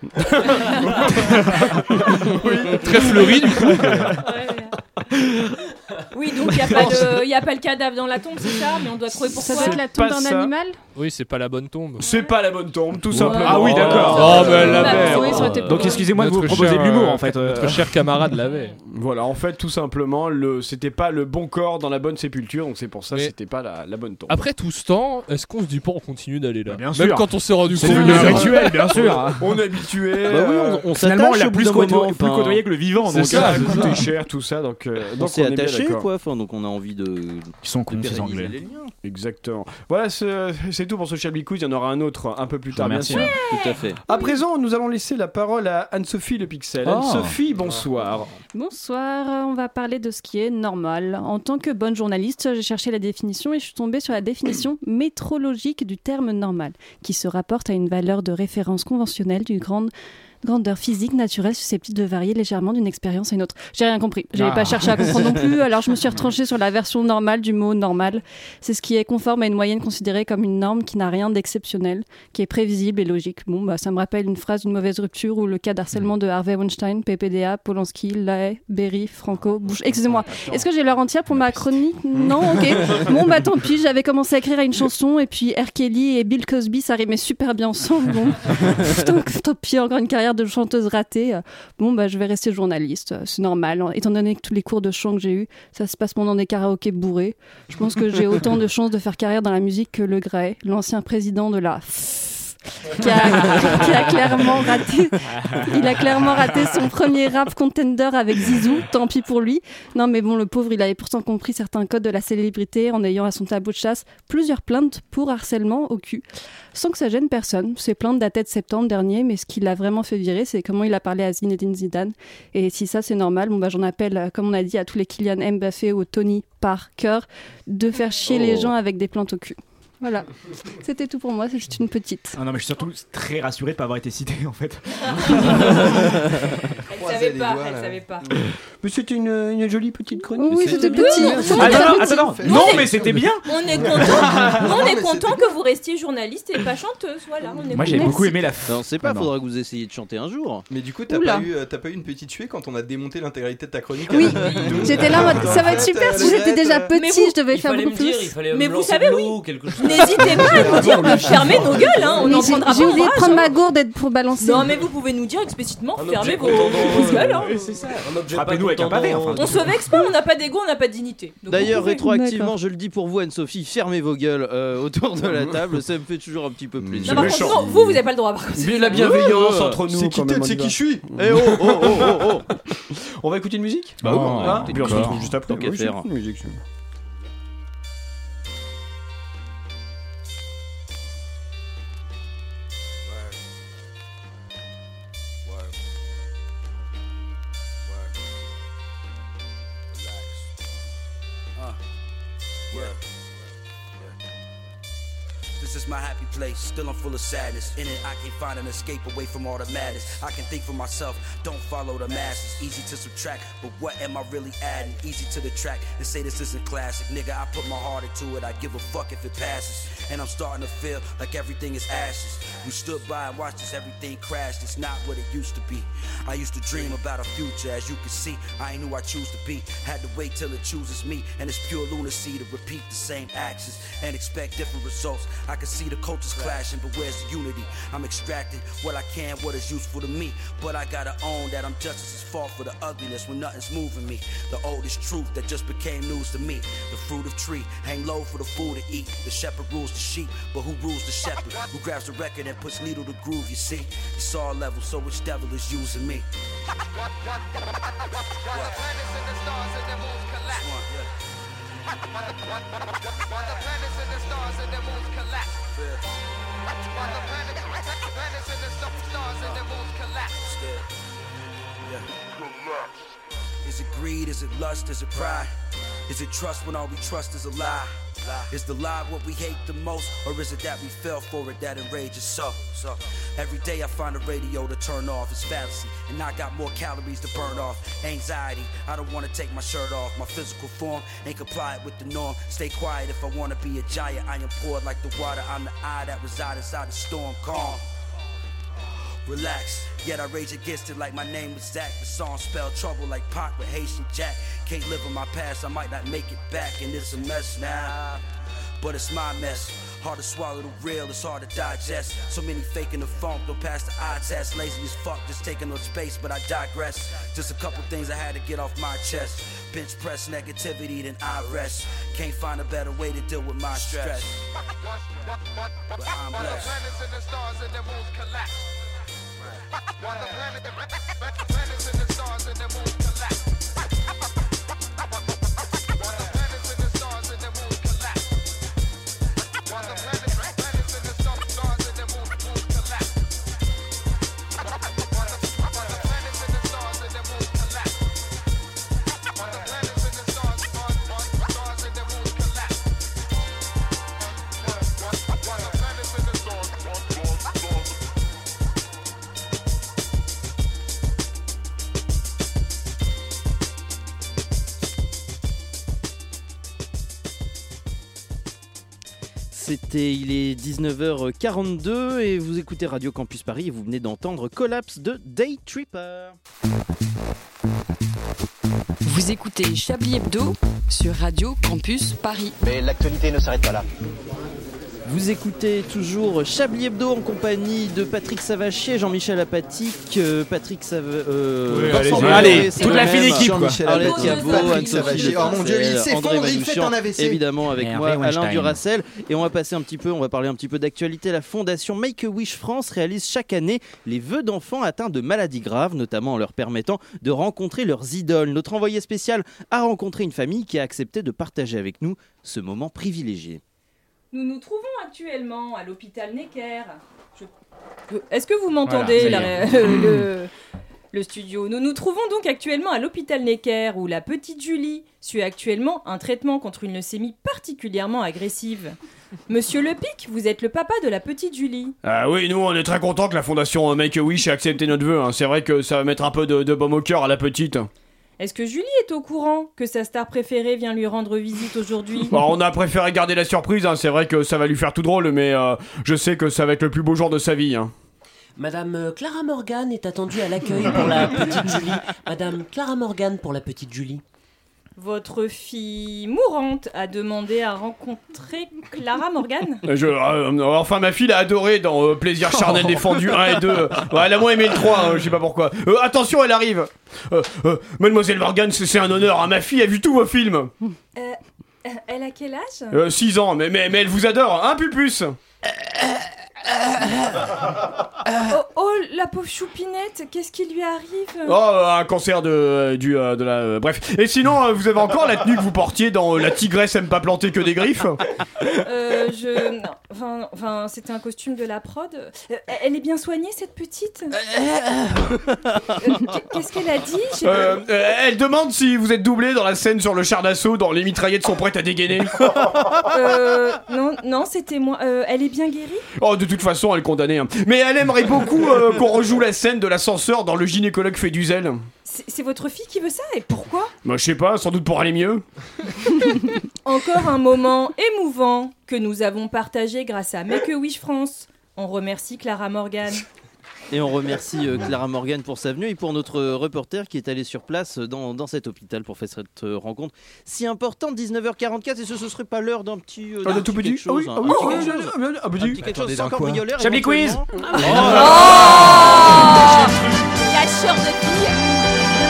S11: Très fleuri, du coup.
S7: Oui, donc il n'y a, pas de- y a pas le cadavre dans la tombe, c'est ça Mais on doit trouver pourquoi.
S13: Ça doit être la tombe
S1: pas
S13: d'un
S1: ça.
S13: animal
S11: Oui, c'est pas la bonne tombe.
S1: C'est pas la bonne tombe, tout simplement.
S10: Ah oui,
S11: Oh,
S10: d'accord.
S11: mais elle
S13: Bah,
S11: l'avait.
S13: oui, ça aurait été
S10: Donc
S13: plus-
S10: excusez-moi de vous
S11: Notre
S10: proposer de
S11: cher,
S10: l'humour
S11: euh,
S10: en fait. euh.
S11: Notre cher camarade l'avait.
S1: Voilà, en fait, tout simplement, le... c'était pas le bon corps dans la bonne sépulture, donc c'est pour ça que
S11: Mais-
S1: c'était pas la, la bonne tombe.
S11: Après tout ce temps, est-ce qu'on se dit pas on continue d'aller là
S10: Bah, bien
S11: Même
S10: sûr.
S11: quand on s'est rendu
S10: C'est
S11: compte.
S10: devenu un rituel, bien sûr.
S1: on est habitué.
S2: Bah oui,
S1: euh,
S2: on, on
S10: Finalement, on
S2: s'attache
S10: l'a
S2: au bout
S10: plus,
S2: d'un
S10: côtoyé,
S2: moment.
S10: plus
S2: enfin,
S10: côtoyé que le vivant.
S11: c'est
S10: donc,
S11: ça,
S10: euh,
S1: ça a
S11: c'est
S1: coûté cher tout ça, donc, euh,
S2: on
S1: donc
S2: s'est
S1: on est bien
S2: attaché
S1: d'accord.
S2: quoi. Enfin, donc on a envie de.
S10: Ils sont
S2: de
S10: cons, ces
S2: pérenniser
S10: anglais.
S2: les liens.
S1: Exactement. Voilà, ce- c'est tout pour ce Chablis Quiz. Il y en aura un autre un peu plus
S10: Je vous
S1: tard, bien
S10: remercie.
S1: sûr.
S2: Tout à fait.
S1: À présent, nous allons laisser la parole à Anne-Sophie Le Pixel.
S10: Oh.
S1: Anne-Sophie, bonsoir.
S13: Bonsoir, on va parler de ce qui est normal. En tant que bonne journaliste, j'ai cherché la définition et je suis tombée sur la définition métrologique du terme normal, qui se rapporte à une valeur de référence conventionnelle d'une grande grandeur physique naturelle susceptible de varier légèrement d'une expérience à une autre. J'ai rien compris, j'ai
S10: Ah.
S13: pas cherché à comprendre non plus, alors je me suis retranchée sur la version normale du mot normal. C'est ce qui est conforme à une moyenne considérée comme une norme qui n'a rien d'exceptionnel, qui est prévisible et logique. Bon, bah, ça me rappelle une phrase d'une mauvaise rupture ou le cas d'harcèlement de Harvey Weinstein, PPDA, Polanski, Lahaye, Berry, Franco, Bush. Excusez-moi, est-ce que j'ai l'heure entière pour ma chronique Non, ok. Bon, bah tant pis, j'avais commencé à écrire à une chanson et puis R. Kelly et Bill Cosby, ça rimait super bien ensemble. Bon, donc tant pis, encore une carrière de chanteuse ratée. Bon, bah je vais rester journaliste, euh, c'est normal, étant donné que tous les cours de chant que j'ai eu, ça se passe pendant des karaokés bourrés. Je pense que j'ai autant de chances de faire carrière dans la musique que Le Gray, l'ancien président de la qui a, qui a clairement raté il a clairement raté son premier rap contender avec Zizou, tant pis pour lui. Non mais bon, le pauvre, il avait pourtant compris certains codes de la célébrité en ayant à son tableau de chasse plusieurs plaintes pour harcèlement au cul, sans que ça gêne personne. Ces plaintes dataient de septembre dernier, mais ce qui l'a vraiment fait virer, c'est comment il a parlé à Zinedine Zidane. Et si ça c'est normal, bon bah j'en appelle, euh, comme on a dit, à tous les Kylian Mbappé ou Tony Parker, de faire chier les gens avec des plaintes au cul. Voilà, c'était tout pour moi, c'est juste une petite.
S10: Ah non, mais je suis surtout très rassuré de pas avoir été cité en fait.
S7: Elle
S5: Croisez
S7: savait
S5: les
S7: pas,
S5: doigts,
S7: elle
S5: là.
S7: savait pas.
S1: Mais c'était une, une jolie petite chronique.
S13: Oui,
S5: c'est-
S13: c'était petit.
S10: Ah
S13: C'était
S10: non, non,
S13: petit.
S10: attends, non,
S5: fait.
S10: non,
S7: Non,
S10: mais c'était bien.
S7: On est content, nous, on
S5: Non,
S7: est
S5: mais
S7: content
S5: c'était
S7: que vous restiez journaliste et pas chanteuse. Voilà, on est
S10: Moi j'ai
S7: content.
S10: beaucoup aimé la fin.
S2: Non, c'est pas,
S10: Ah, non.
S2: faudra que vous essayiez de chanter un jour.
S5: Mais du coup, t'as
S13: Oula.
S5: pas, eu, euh, t'as pas eu une petite tuée quand on a démonté l'intégralité de ta chronique
S13: Oui,
S5: avec une double
S13: J'étais là en mode, ça va être super parce que j'étais déjà
S7: Mais
S13: petit,
S7: vous,
S13: je devais
S12: il
S13: faire
S12: fallait
S13: beaucoup
S12: me dire, il
S13: plus.
S12: fallait
S7: Mais
S12: me
S7: vous
S12: lancer
S7: savez,
S12: de l'eau
S7: oui.
S12: ou quelque chose.
S7: N'hésitez pas à nous dire de fermer nos gueules, hein, on
S13: Mais
S7: en
S13: j'ai-
S7: prendra
S13: J'ai
S7: pas
S13: oublié de
S7: ombrage,
S13: prendre
S7: hein.
S13: ma gourde et de pour balancer.
S7: Non, mais vous pouvez nous dire explicitement,
S12: Un
S7: fermez
S12: objet
S7: vos,
S12: contendant,
S7: vos gueules. hein.
S12: euh, c'est ça, un objet
S10: Frappez-nous
S12: pas
S10: avec un pavé, enfin.
S12: contendant,
S7: On se vexe pas, on n'a pas d'ego, on n'a pas de dignité. Donc
S2: D'ailleurs,
S7: vous pouvez-
S2: rétroactivement, je le dis pour vous, Anne-Sophie, fermez vos gueules euh, autour de la table, ça me fait toujours un petit peu plaisir.
S7: Non, par contre, non, vous, vous n'avez pas le droit. par contre.
S1: la bienveillance
S2: Ouais.
S1: entre nous.
S5: C'est
S1: quand
S5: qui
S1: même,
S5: t'es,
S1: on y
S5: c'est qui
S1: va. Mmh.
S5: je suis
S2: Eh oh, oh, oh, oh, oh.
S1: On va écouter une musique
S10: Bah oui, Oh, bah,
S1: Hein
S10: d'accord.
S1: Et puis on se retrouve juste après.
S2: Tant qu'à
S1: Oui,
S2: faire.
S1: c'est une musique, c'est-
S19: This is my happy place, still I'm full of sadness. In it, I can't find an escape away from all the madness. I can think for myself, don't follow the masses. Easy to subtract, but what am I really adding? Easy to detract and say this isn't classic. Nigga, I put my heart into it, I give a fuck if it passes. And I'm starting to feel like everything is ashes. We stood by and watched as everything crashed, it's not what it used to be. I used to dream about a future, as you can see, I ain't who I choose to be. Had to wait till it chooses me, and it's pure lunacy to repeat the same actions and expect different results. I can see the cultures clashing, but where's the unity? I'm extracting what I can, what is useful to me. But I gotta own that I'm just as fault for the ugliness when nothing's moving me. The oldest truth that just became news to me. The fruit of tree, hang low for the fool to eat. The shepherd rules the sheep, but who rules the shepherd? Who grabs the record and puts needle to groove, you see? It's all level, so which devil is using me? Is it greed? Is it lust? Is it pride? Is it trust when all we trust is a lie? Is the lie what we hate the most? Or is it that we fell for it that enrages so? So every day I find a radio to turn off. It's fallacy. And I got more calories to burn off. Anxiety, I don't wanna take my shirt off. My physical form ain't compliant with the norm. Stay quiet if I wanna be a giant. I am poured like the water. I'm the eye that resides inside the storm. Calm relax. Yet I rage against it like my name was Zach. The song spelled trouble like Pac with Haitian Jack. Can't live in my past, I might not make it back, and it's a mess now. But it's my mess. Hard to swallow the real, it's hard to digest. So many faking the funk, don't pass the eye test. Lazy as fuck, just taking up space, but I digress. Just a couple things I had to get off my chest. Bench press negativity, then I rest. Can't find a better way to deal with my stress. But I'm blessed.
S2: C'était, il est 19h42 et vous écoutez Radio Campus Paris et vous venez d'entendre Collapse de Day Tripper.
S8: Vous écoutez Chablis Hebdo sur Radio Campus Paris.
S9: Mais l'actualité ne s'arrête pas là.
S2: Vous écoutez toujours Chablis Hebdo en compagnie de Patrick Savachier, Jean-Michel Apatic, euh, Patrick Sav... euh,
S5: Oui, allez-y.
S2: Vincent
S5: Allez,
S2: Bolloré, c'est
S5: toute
S2: le
S5: la
S2: même.
S5: fine équipe, quoi.
S2: Jean-Michel Arlette
S5: Patrick
S2: Cabot,
S5: Savachier.
S2: Anne-Sophie
S5: Oh mon Dieu, il
S2: Lecointel,
S5: s'effondre,
S2: André
S5: il fait
S2: Manouchian,
S5: un AVC.
S2: Évidemment, avec
S5: Hervé
S2: moi, Alain
S5: Weinstein.
S2: Duracel. Et on va passer un petit peu, on va parler un petit peu d'actualité. La fondation Make-A-Wish France réalise chaque année les vœux d'enfants atteints de maladies graves, notamment en leur permettant de rencontrer leurs idoles. Notre envoyé spécial a rencontré une famille qui a accepté de partager avec nous ce moment privilégié.
S7: Nous nous trouvons actuellement à l'hôpital Necker. Je- Euh, Est-ce que vous
S2: Voilà,
S7: m'entendez
S2: ça
S7: là,
S2: y est.
S7: le, le studio Nous nous trouvons donc actuellement à l'hôpital Necker où la petite Julie suit actuellement un traitement contre une leucémie particulièrement agressive. Monsieur Lepic, vous êtes le papa de la petite Julie.
S1: Ah oui, nous on est très contents que la fondation euh, Make-A-Wish ait accepté notre vœu. hein. C'est vrai que ça va mettre un peu de, de baume au cœur à la petite.
S7: Est-ce que Julie est au courant que sa star préférée vient lui rendre visite aujourd'hui
S1: Bon, on a préféré garder la surprise, hein. c'est vrai que ça va lui faire tout drôle, mais euh, je sais que ça va être le plus beau jour de sa vie. hein.
S12: Madame euh, Clara Morgan est attendue à l'accueil pour la petite Julie. Madame Clara Morgan pour la petite Julie.
S7: Votre fille mourante a demandé à rencontrer Clara Morgan
S1: Euh, Je, euh, euh, enfin, ma fille l'a adoré dans euh, Plaisir charnel défendu 1 et 2. Euh, ouais, elle a moins aimé le 3, hein, je sais pas pourquoi. Euh, attention, elle arrive Euh, euh, Mademoiselle Morgan, c'est c'est un honneur, hein. ma fille a vu tous vos films
S7: Euh, euh, elle a quel âge
S2: Euh,
S1: 6 ans, mais, mais, mais elle vous adore, hein, Pupus
S7: oh, oh, la pauvre choupinette, qu'est-ce qui lui arrive
S1: Oh, euh, un cancer de, euh, du, euh, de la. euh, bref. Et sinon, euh, vous avez encore la tenue que vous portiez dans euh, La tigresse aime pas planter que des griffes
S7: Euh, je... non, enfin, enfin, c'était un costume de la prod. Euh, elle est bien soignée, cette petite Euh, Qu'est-ce qu'elle a dit J'ai-
S1: Euh, euh, Elle demande si vous êtes doublé dans la scène sur le char d'assaut dans Les mitraillettes sont prêtes à dégainer.
S7: Euh, non, non, c'était moi. Euh, elle est bien guérie
S1: Oh, de toute façon, elle est condamnée. hein. Mais elle aimerait beaucoup euh, qu'on rejoue la scène de l'ascenseur dans Le gynécologue fait du zèle.
S7: C'est c'est votre fille qui veut ça et pourquoi
S1: Bah, je sais pas, sans doute pour aller mieux.
S7: Encore un moment émouvant que nous avons partagé grâce à Make-A-Wish France. On remercie Clara Morgan.
S2: Et on remercie euh, Clara Morgan pour sa venue et pour notre euh, reporter qui est allé sur place euh, dans, dans cet hôpital pour faire cette euh, rencontre si importante, 19h44, et ce ne serait pas l'heure d'un petit... euh,
S1: Ah,
S2: d'un
S1: de tout petit
S2: quelque
S1: Ah oui,
S2: chose,
S1: ah
S2: hein,
S1: oui, ah
S2: un petit
S1: oui,
S2: quelque chose.
S1: ah oui, ah, bah, dis.
S2: Un petit quelque chose sans
S1: Attendez, d'un quoi
S2: cambrioleur
S1: Chablis quiz
S2: éventuellement.
S1: Oh
S17: là
S7: La sœur de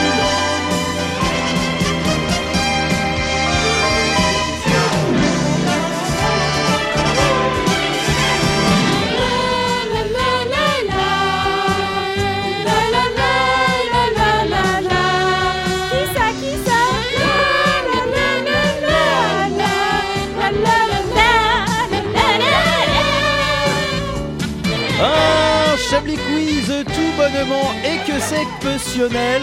S2: Oh, Un Chablis Quiz tout bonnement et que c'est que passionnel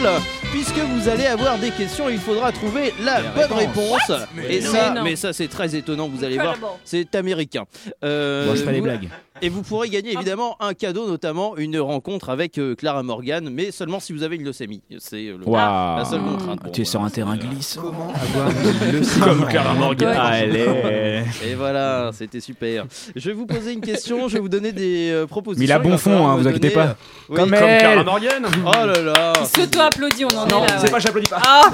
S2: puisque vous allez avoir des questions et il faudra trouver la
S12: Les
S2: bonne
S12: réponses.
S2: réponse.
S12: What Mais
S2: Et ça,
S12: non. Mais non.
S2: mais ça c'est très étonnant, vous allez voir,
S12: Incredible.
S2: c'est américain. Euh,
S18: Moi, je fais les
S2: vous-
S18: blagues.
S2: Et vous pourrez gagner évidemment un cadeau, notamment une rencontre avec euh, Clara Morgan, mais seulement si vous avez une leucémie. C'est euh, le-
S18: Waouh.
S2: la seule contrainte. Bon,
S18: Tu es sur un terrain glissant. Comme Clara
S2: Ouais.
S18: Morgan.
S10: Ah,
S2: Et voilà, c'était super. Je vais vous poser une question, je vais vous donner des euh, propositions.
S18: Mais il a bon
S2: va
S18: fond,
S2: falloir
S18: hein,
S2: me
S18: vous inquiétez
S2: donner,
S18: pas.
S2: euh, oui.
S18: Comme Comme elle. Clara
S1: Morgan
S2: Oh là là
S7: S'auto-applaudit, on en est là. ouais.
S2: Ah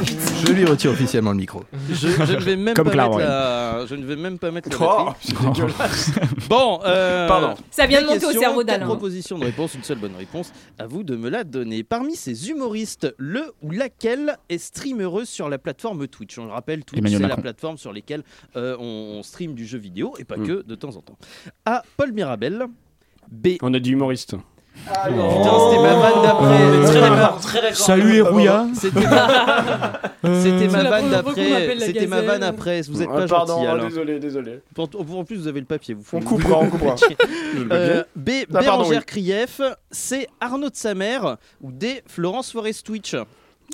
S5: Je lui retire officiellement le micro.
S2: Je, je ne vais même
S5: Comme
S2: pas
S5: Clara
S2: mettre
S5: Morgan.
S2: la... Je ne vais même pas mettre la
S5: Oh,
S2: batterie.
S5: c'est dégueulasse.
S2: Bon, euh,
S5: Pardon.
S7: Ça vient
S2: des
S7: de monter au
S2: questions,
S7: cerveau
S2: quatre
S7: d'Alain.
S2: propositions de réponse, une seule bonne réponse. À vous de me la donner. Parmi ces humoristes, le ou laquelle est streamereuse sur la plateforme Twitch On le rappelle, Twitch,
S18: Emmanuel
S2: c'est la
S18: Macron.
S2: plateforme sur laquelle euh, on, on stream du jeu vidéo et pas que de temps en temps. A. Paul Mirabel. B.
S1: On a dit humoriste.
S2: Ah, Putain, c'était ma vanne d'après.
S1: Oh. Euh,
S2: C'était ma-
S1: très d'accord. Salut, Euh. Hérouya.
S2: C'était ma- C'était
S1: C'est
S2: ma
S1: la
S2: vanne
S1: première fois qu'on
S2: d'après.
S1: m'appelle la
S2: C'était ma
S1: gazelle.
S2: vanne après. Vous êtes
S1: Ah,
S2: pas
S1: pardon,
S2: gentil.
S1: oh,
S2: alors.
S1: désolé, désolé.
S2: Pour- En plus, vous avez le papier. Vous
S1: On coupera, on coupera. Je le papier.
S2: Euh, B.
S1: Ah, pardon,
S2: Bérangère
S1: oui.
S2: Krief, C. Arnaud de sa mère ou D. Florence Forest Twitch.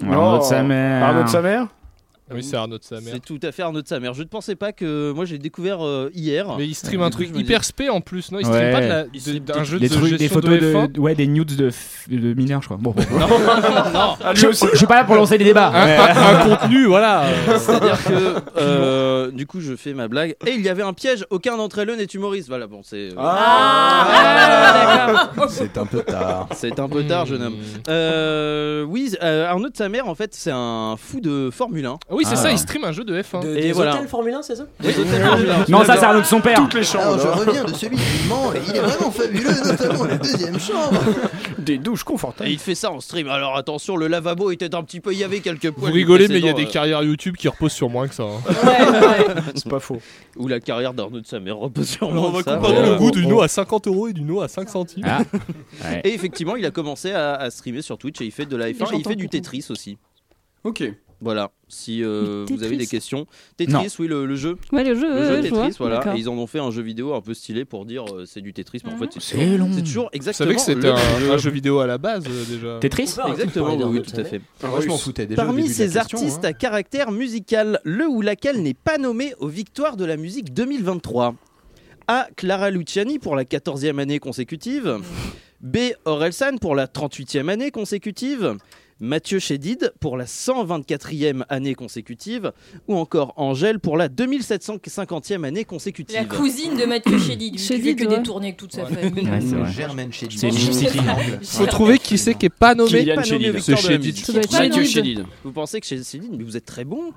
S18: Arnaud de sa mère.
S1: Oh. Arnaud de sa mère
S11: Ah Oui, c'est Arnaud de sa mère.
S2: C'est tout à fait Arnaud de sa mère. Je ne pensais pas que moi j'ai découvert euh, hier.
S11: Mais il stream
S2: Du
S11: un
S2: coup,
S11: truc
S2: je me
S11: hyper
S2: dis-
S11: spé en plus, non Il
S18: Ouais.
S11: stream pas de la- de- d'un jeu de
S18: des trucs,
S11: gestion
S18: des photos
S11: de F1
S18: de, ouais, des nudes de, f- de mineurs, je crois. Bon, bon, bon.
S11: Non.
S1: Ah,
S18: je, je suis pas là pour lancer des débats. euh,
S11: Un- un- un contenu, voilà.
S2: Ah, C'est-à-dire que euh, du coup je fais ma blague et il y avait un piège. Aucun d'entre eux n'est humoriste. Voilà, bon c'est. euh,
S5: Ah, C'est un peu tard.
S2: C'est un peu tard, jeune homme.
S11: Hmm.
S2: Euh, oui, euh, Arnaud de sa mère, en fait, c'est un fou de Formule 1.
S11: Ah Oui, c'est ça, il stream un jeu de F1.
S2: Et
S12: des
S2: voilà.
S12: hôtels Formule 1, c'est ça
S2: Des hôtels
S1: Euh,
S2: Formule 1.
S18: Non, ça, c'est Arnaud de son père. Toutes les
S2: chambres.
S18: Alors, je
S2: Ah, reviens
S5: de celui qui ment, il est vraiment fabuleux, notamment la deuxième chambre.
S1: Des douches confortables.
S2: Et il fait ça en stream. Alors attention, le lavabo était un petit peu. Il y avait quelques
S11: Vous
S2: poils. du
S11: rigolez, mais il y a
S2: précédent,
S11: des
S2: euh,
S11: carrières YouTube qui reposent sur moins que ça. hein.
S1: C'est pas faux.
S2: Ou la carrière d'Arnaud de sa mère repose sur
S11: Alors, on
S2: moi.
S11: va comparer le goût d'une eau à 50 euros et d'une eau à 5 centimes.
S2: Ah. Et effectivement, il a commencé à, à streamer sur Twitch et il fait de la
S11: Et
S2: F1 et il
S11: j'entends
S2: fait du
S11: comprendre.
S2: Tetris aussi.
S1: Ok.
S2: Voilà, si euh,
S13: Du
S2: vous avez des
S13: Tetris
S2: questions. Tetris,
S13: Non.
S2: oui, le, le jeu.
S13: Ouais, le jeu, ouais, ouais, je
S2: Tetris,
S13: vois.
S2: voilà.
S13: D'accord. Ah.
S2: Et ils en ont fait un jeu vidéo un peu stylé pour dire euh, c'est du Tetris, mais en fait c'est
S18: C'est
S2: toujours-
S18: long.
S2: C'est toujours
S11: Vous
S2: exactement.
S11: savez que c'était
S2: le
S11: un,
S2: jeu.
S11: un jeu vidéo à la base euh, déjà.
S18: Tetris
S13: Bah,
S2: Exactement, oui, oui, tout à fait. Ah,
S5: Moi, je m'en foutais déjà. au
S2: Parmi
S5: début de la
S2: ces
S5: question,
S2: artistes
S5: hein.
S2: à caractère musical, le ou laquelle n'est pas nommé aux victoires de la musique 2023 A. Clara Luciani pour la 14e année consécutive. B. Orelsan pour la 38e année consécutive. Mathieu Chédid pour la 124e année consécutive. Ou encore Angèle pour la 2750e année consécutive.
S7: La cousine de Mathieu Chédid, vu qu'il fait que des tournées avec toute sa famille.
S2: Ouais, c'est vrai.
S5: Germaine Chedid.
S2: C'est Gypsy King.
S11: Faut trouver qui c'est qui est pas nommé.
S2: Kylian Pas nommé Chédid.
S11: C'est
S2: Victor de la
S11: Chédid.
S2: musique.
S11: je pense.
S2: Vous pensez que chez Céline, mais vous êtes très bon.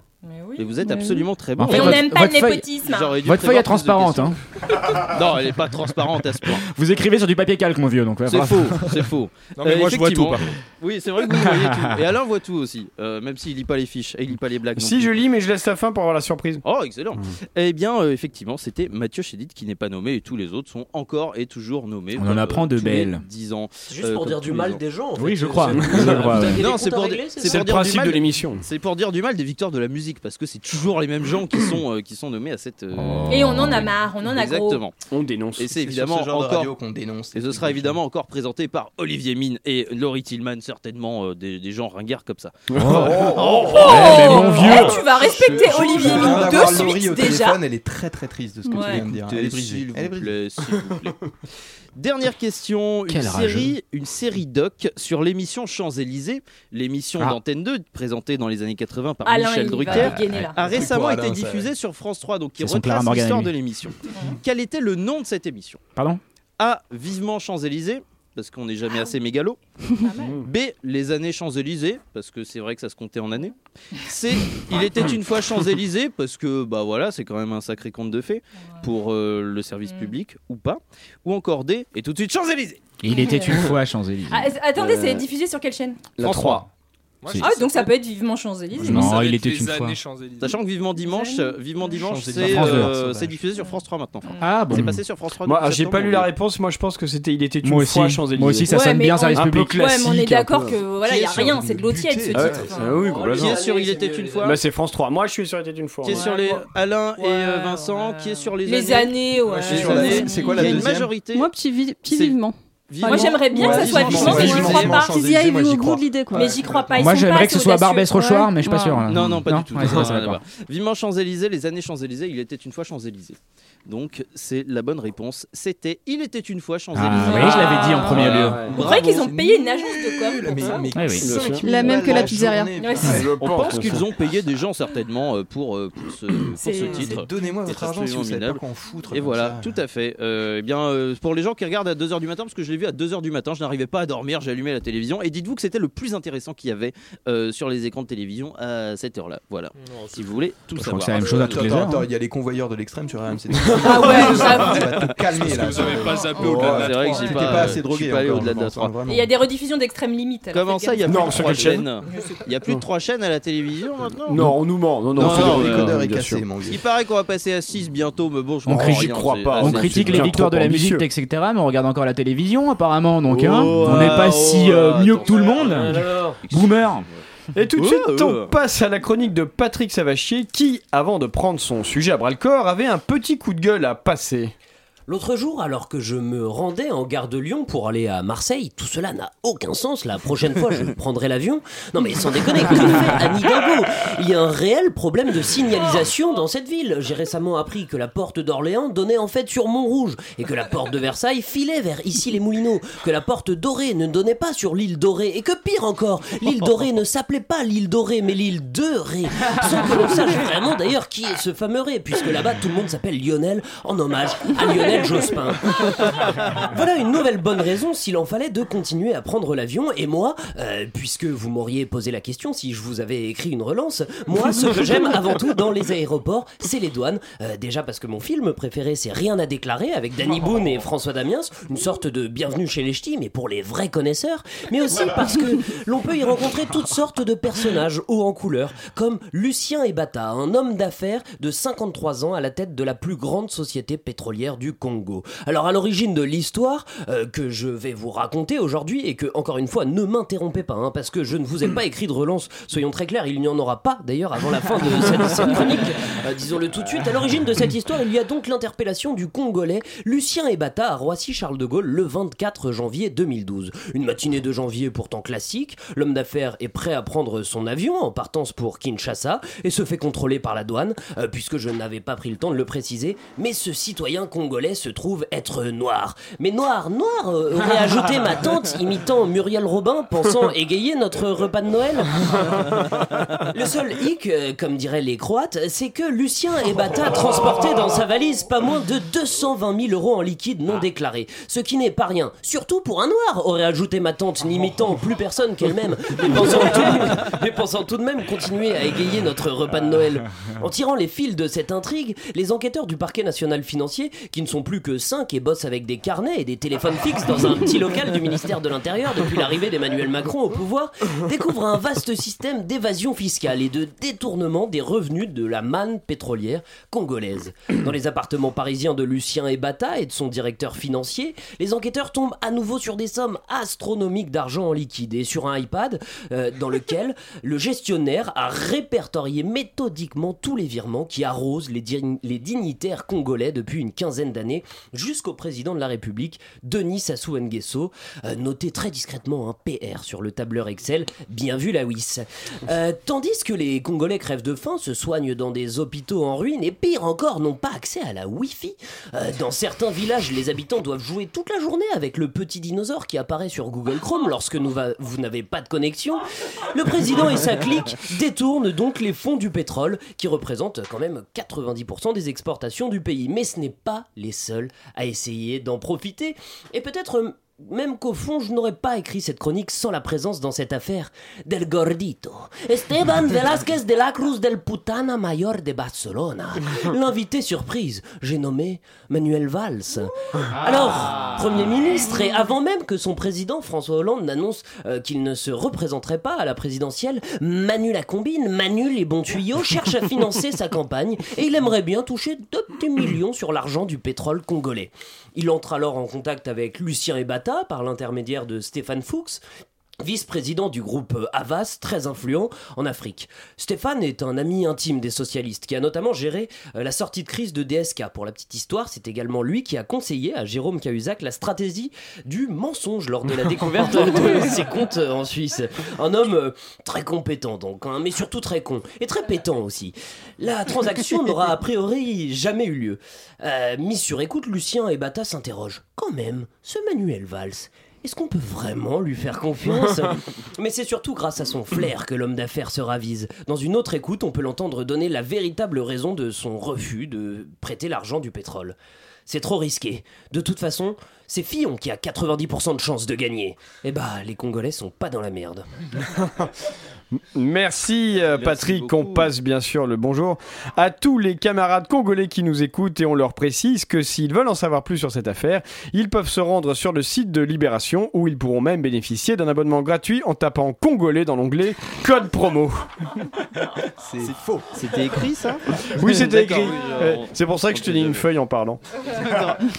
S7: Mais,
S2: vous êtes
S7: mais
S2: absolument
S7: oui.
S2: très bon.
S7: En fait, Et on votre- n'aime pas votre le feuille- népotisme.
S2: J'aurais dû
S18: Votre feuille est
S2: prévoir plus de
S18: transparente. Hein.
S2: questions. Non, elle est pas transparente à ce point.
S18: Vous écrivez sur du papier calque, mon vieux. donc, ouais,
S2: C'est
S18: bravo.
S2: faux, c'est faux.
S18: Non, mais moi, je vois tout,
S2: Euh, effectivement.
S18: par contre.
S2: Oui, c'est vrai que vous voyez tout. Et Alain voit tout aussi, euh, même s'il lit pas les fiches et il lit pas les blagues. non
S1: Si,
S2: plus.
S1: je lis, mais je laisse la fin pour avoir la surprise.
S2: Oh, excellent.
S18: Mmh.
S2: Eh bien, euh, effectivement, c'était Mathieu Chédid qui n'est pas nommé et tous les autres sont encore et toujours nommés.
S18: On en
S2: comme, euh,
S18: apprend de
S2: tous les
S18: belles.
S2: 10 ans. euh,
S12: C'est juste pour
S2: comme
S12: dire
S2: tous
S12: du
S2: les
S12: mal
S2: ans.
S12: des gens, en
S18: Oui,
S12: fait.
S18: je crois.
S12: C'est-
S18: Je
S12: Vous
S18: crois,
S12: avez
S18: ouais.
S12: des
S2: Non,
S12: comptes
S2: c'est
S12: à
S2: pour,
S12: régler,
S2: c'est
S12: ça
S2: pour dire du mal-
S1: l'émission.
S2: C'est pour dire du mal des victoires de la musique parce que c'est toujours les mêmes gens qui sont euh, qui sont nommés à cette.
S18: Oh.
S2: euh,
S7: Et on en a marre, on en a gros.
S2: Exactement.
S1: On dénonce.
S2: Et c'est
S5: C'est
S2: évidemment
S5: sur ce genre de
S2: encore
S5: radio qu'on dénonce.
S2: Et ce sera évidemment encore présenté par Olivier Mine et Laurie Tillman, certainement euh, des, des gens ringards comme ça.
S5: Oh.
S7: mais mon vieux. Eh, tu vas respecter Olivier
S5: Je
S7: Mine
S5: viens
S7: de
S5: d'avoir
S7: suite,
S5: Laurie au
S7: déjà.
S5: téléphone, elle est très très triste de ce que tu
S7: Ouais.
S5: viens de dire. Elle est brisée. Elle est brisée.
S2: Dernière question, une
S5: Quel
S2: série, une série doc sur l'émission Champs-Élysées, l'émission
S5: Ah.
S2: d'Antenne 2 présentée dans les années 80 par
S7: Alain,
S2: Michel
S7: il va
S2: Drucker,
S7: dégainer, là.
S2: a
S7: Un truc
S2: récemment
S7: pour
S2: été
S7: Alain, ça,
S2: diffusée
S7: ouais.
S2: sur France 3, donc qui
S18: C'est son
S2: retrace
S18: Clara Morgan
S2: l'histoire
S18: et
S2: de
S18: lui.
S2: l'émission. Quel était le nom de cette émission
S18: Pardon
S2: A. Vivement Champs-Élysées, parce qu'on n'est
S7: Ah.
S2: jamais assez mégalo. B. Les années Champs-Élysées, parce que c'est vrai que ça se comptait en années. C. Il était une fois Champs-Élysées, parce que bah voilà, c'est quand même un sacré conte de fées pour euh, le service
S7: Mm.
S2: public ou pas. Ou encore D. Et tout de suite Champs-Élysées.
S18: Il était une fois à Champs-Élysées.
S7: Ah, est- attendez,
S2: Euh,
S7: c'est diffusé sur quelle chaîne
S2: La 3.
S18: Si.
S7: Ah, donc ça peut être vivement Champs-Élysées.
S18: Non,
S2: Ça va
S18: il
S2: être
S18: était
S2: les
S18: une
S2: années
S18: fois.
S11: Champs-Élysées.
S2: Sachant que Vivement Dimanche, euh, Vivement Dimanche,
S18: Champs-Élysées.
S2: c'est
S18: France deux.
S2: euh, c'est diffusé sur France 3 maintenant.
S18: Ah bon.
S2: Mm. C'est passé sur France 3.
S1: Moi,
S2: depuis
S1: ah, j'ai
S2: septembre,
S1: pas lu
S2: on
S1: la
S2: dit.
S1: réponse. Moi, je pense que c'était. Il était une
S18: Moi aussi.
S1: fois Champs-Élysées.
S18: Moi aussi, ça Ouais, sonne mais bien, on- service
S1: un peu
S18: public.
S1: classique.
S7: Ouais, mais on est d'accord
S1: un
S7: que
S1: peu.
S7: euh, voilà, il n'y a rien, c'est de l'eau tiède ce
S1: Ah Ouais,
S7: titre.
S1: c'est- oui, complètement.
S2: Qui est sur Il était une fois
S1: Bah, c'est France 3. Moi, je suis sur Il était une fois.
S2: Qui est sur les Alain et euh, Vincent Qui est sur les
S7: Les années, ouais.
S2: Les années. Il y a une majorité.
S13: Moi, petit, vi- petit vivement.
S7: Moi j'aimerais bien que ça soit vivant, mais j'y crois pas.
S13: Kizia est venue au bout de l'idée quoi.
S7: Mais j'y crois pas. ils
S10: Moi,
S7: sont
S10: j'aimerais
S7: pas
S10: que ce soit
S7: assez
S10: Barbès
S7: audacieux.
S10: Rochoir, mais je suis pas sûr. là.
S2: Non, non, pas du tout.
S10: ouais, c'est vrai,
S2: Non,
S10: c'est
S2: rien
S10: vrai,
S2: à
S10: pardon.
S2: voir. Vivement Champs-Élysées, les années Champs-Élysées, il était une fois Champs-Élysées. Donc, c'est la bonne réponse. C'était Il était une fois Champs-Élysées. Ah,
S10: Ah, oui, je l'avais dit en premier lieu.
S7: Vous croyez qu'ils ont payé une agence de com pour ça
S10: mais- oui.
S13: La même que la pizzeria.
S7: Ouais, c'est-
S2: On pense,
S1: pense
S2: qu'ils ont payé des gens certainement euh, pour, euh, pour ce, pour
S5: C'est-
S2: ce
S5: c'est
S2: titre.
S5: donnez-moi
S2: C'est
S5: votre argent si
S2: absolument
S5: vous savez pas
S2: minable.
S5: quoi en foutre
S2: Et
S5: comme
S2: voilà,
S5: ça.
S2: tout à fait. Euh, eh bien, euh, pour les gens qui regardent à 2h du matin, parce que je l'ai vu à 2h du matin, je n'arrivais pas à dormir, j'allumais la télévision. Et dites-vous que c'était le plus intéressant qu'il y avait euh, sur les écrans de télévision à cette heure-là. Voilà. si vous voulez tout savoir.
S5: Euh, Attends, attends,
S2: hein.
S5: attends, Il y a les convoyeurs de l'extrême sur RMC.
S2: Ah ouais,
S5: ça
S2: j'avoue.
S5: va te calmer
S2: Parce que
S5: là.
S2: vous avez pas zappé
S5: Oh,
S2: au-delà de la hein.
S5: ouais,
S2: C'est vrai que
S5: t'es
S2: j'ai
S5: pas
S2: pas- euh,
S5: assez
S2: je
S5: drogué.
S2: suis pas allé
S5: encore,
S2: au-delà de la
S5: Vincent,
S2: trois.
S5: vraiment.
S7: Et il y a des rediffusions d'extrême limite. alors
S2: Comment
S7: faites
S2: ça, il y a
S7: gaffe.
S2: plus
S1: Non,
S2: de
S1: sur
S2: trois
S1: quelle chaîne
S2: chaînes Il y a plus de trois chaînes à la télévision maintenant
S1: Non, on nous ment. Non, non,
S2: Non,
S1: c'est
S2: non,
S1: le
S2: ouais,
S1: décodeur
S2: ouais,
S1: est
S2: bien
S1: cassé,
S2: sûr.
S1: mon gars.
S2: Il paraît qu'on va passer à 6 bientôt, mais bon, je
S1: On
S2: comprends
S1: critique-
S2: Oh, rien,
S1: j'y crois
S2: c'est
S1: pas.
S2: assez
S10: On
S1: c'est
S10: critique
S1: super
S10: les victoires de la
S1: ambitieux.
S10: musique, etc. Mais on regarde encore la télévision, apparemment. Donc, hein,
S1: Oh,
S10: on n'est pas
S1: oh,
S10: si euh,
S1: attends,
S10: mieux que tout le monde.
S12: Alors
S10: Boomer.
S1: Et tout de
S10: Ouais,
S1: suite,
S10: ouais.
S1: on passe à la chronique de Patrick Savachier qui, avant de prendre son sujet à bras le corps, avait un petit coup de gueule à passer.
S12: L'autre jour, alors que je me rendais en gare de Lyon pour aller à Marseille, tout cela n'a aucun sens. La prochaine fois, je prendrai l'avion. Non, mais sans déconner, que fait Anne Hidalgo Il y a un réel problème de signalisation dans cette ville. J'ai récemment appris que la porte d'Orléans donnait en fait sur Montrouge et que la porte de Versailles filait vers ici les Moulineaux, que la porte dorée ne donnait pas sur l'île dorée et que pire encore, l'île dorée ne s'appelait pas l'île dorée mais l'île de Ré, sans que l'on sache vraiment d'ailleurs qui est ce fameux Ré, puisque là-bas tout le monde s'appelle Lionel en hommage à Lionel Jospin. Voilà une nouvelle bonne raison, s'il en fallait, de continuer à prendre l'avion. Et moi, euh, puisque vous m'auriez posé la question si je vous avais écrit une relance, moi, ce que j'aime avant tout dans les aéroports, c'est les douanes. Euh, déjà parce que mon film préféré, c'est Rien à déclarer, avec Danny Boone et François Damiens, une sorte de bienvenue chez les ch'tis, mais pour les vrais connaisseurs. Mais aussi parce que l'on peut y rencontrer toutes sortes de personnages hauts en couleur, comme Lucien Ebata, un homme d'affaires de 53 ans à la tête de la plus grande société pétrolière du Congo. Alors à l'origine de l'histoire euh, que je vais vous raconter aujourd'hui et que encore une fois ne m'interrompez pas hein, parce que je ne vous ai pas écrit de relance. Soyons très clairs, il n'y en aura pas d'ailleurs avant la fin de cette, cette chronique. Euh, Disons-le tout de suite. À l'origine de cette histoire, il y a donc l'interpellation du Congolais Lucien Ebata à Roissy-Charles de Gaulle le 24 janvier 2012. Une matinée de janvier pourtant classique. L'homme d'affaires est prêt à prendre son avion en partance pour Kinshasa et se fait contrôler par la douane, euh, puisque je n'avais pas pris le temps de le préciser. Mais ce citoyen congolais se trouve être noir. Mais noir, noir, euh, aurait ajouté ma tante imitant Muriel Robin, pensant égayer notre repas de Noël. Le seul hic, euh, comme diraient les Croates, c'est que Lucien Ebata transportait dans sa valise pas moins de 220 000 euros en liquide non déclaré. Ce qui n'est pas rien, surtout pour un noir, aurait ajouté ma tante, n'imitant plus personne qu'elle-même, mais, pensant tout de même- mais pensant tout de même continuer à égayer notre repas de Noël. En tirant les fils de cette intrigue, les enquêteurs du parquet national financier, qui ne sont plus que 5 et bossent avec des carnets et des téléphones fixes dans un petit local du ministère de l'Intérieur depuis l'arrivée d'Emmanuel Macron au pouvoir, découvrent un vaste système d'évasion fiscale et de détournement des revenus de la manne pétrolière congolaise. Dans les appartements parisiens de Lucien Ebata et de son directeur financier, les enquêteurs tombent à nouveau sur des sommes astronomiques d'argent en liquide et sur un iPad euh, dans lequel le gestionnaire a répertorié méthodiquement tous les virements qui arrosent les, dign- les dignitaires congolais depuis une quinzaine d'années jusqu'au président de la République, Denis Sassou Nguesso, euh, noté très discrètement un PR sur le tableur Excel. Bien vu, la WIS. Euh, tandis que les Congolais crèvent de faim, se soignent dans des hôpitaux en ruine et pire encore, n'ont pas accès à la Wi-Fi. Euh, dans certains villages, les habitants doivent jouer toute la journée avec le petit dinosaure qui apparaît sur Google Chrome lorsque nous va- vous n'avez pas de connexion. Le président et sa clique détournent donc les fonds du pétrole, qui représentent quand même 90% des exportations du pays. Mais ce n'est pas les seuls à essayer d'en profiter. Et peut-être même qu'au fond, je n'aurais pas écrit cette chronique sans la présence dans cette affaire del Gordito, Esteban Velázquez de la Cruz del Putana Mayor de Barcelona. L'invité surprise, j'ai nommé Manuel Valls. Alors, Premier ministre, et avant même que son président François Hollande n'annonce euh, qu'il ne se représenterait pas à la présidentielle, Manu la combine, Manu les bons tuyaux, cherche à financer sa campagne et il aimerait bien toucher 2 petits millions sur l'argent du pétrole congolais. Il entre alors en contact avec Lucien Ebata par l'intermédiaire de Stéphane Fuchs vice-président du groupe Havas, très influent en Afrique. Stéphane est un ami intime des socialistes qui a notamment géré euh, la sortie de crise de DSK. Pour la petite histoire, c'est également lui qui a conseillé à Jérôme Cahuzac la stratégie du mensonge lors de la découverte de ses comptes euh, en Suisse. Un homme euh, très compétent donc, hein, mais surtout très con et très pétant aussi. La transaction n'aura a priori jamais eu lieu. Euh, mis sur écoute, Lucien et Bata s'interrogent. Quand même, ce Manuel Valls, est-ce qu'on peut vraiment lui faire confiance Mais c'est surtout grâce à son flair que l'homme d'affaires se ravise. Dans une autre écoute, on peut l'entendre donner la véritable raison de son refus de prêter l'argent du pétrole. C'est trop risqué. De toute façon, c'est Fillon qui a 90% de chances de gagner. Eh bah, les Congolais sont pas dans la merde.
S1: Merci euh, Patrick, on passe bien sûr le bonjour à tous les camarades congolais qui nous écoutent et on leur précise que s'ils veulent en savoir plus sur cette affaire, ils peuvent se rendre sur le site de Libération où ils pourront même bénéficier d'un abonnement gratuit en tapant congolais dans l'onglet code promo.
S2: C'est faux. C'était écrit ça
S1: Oui, c'était écrit.
S2: D'accord, oui,
S1: Euh,
S2: on-
S1: C'est pour ça que je te lis une feuille en parlant.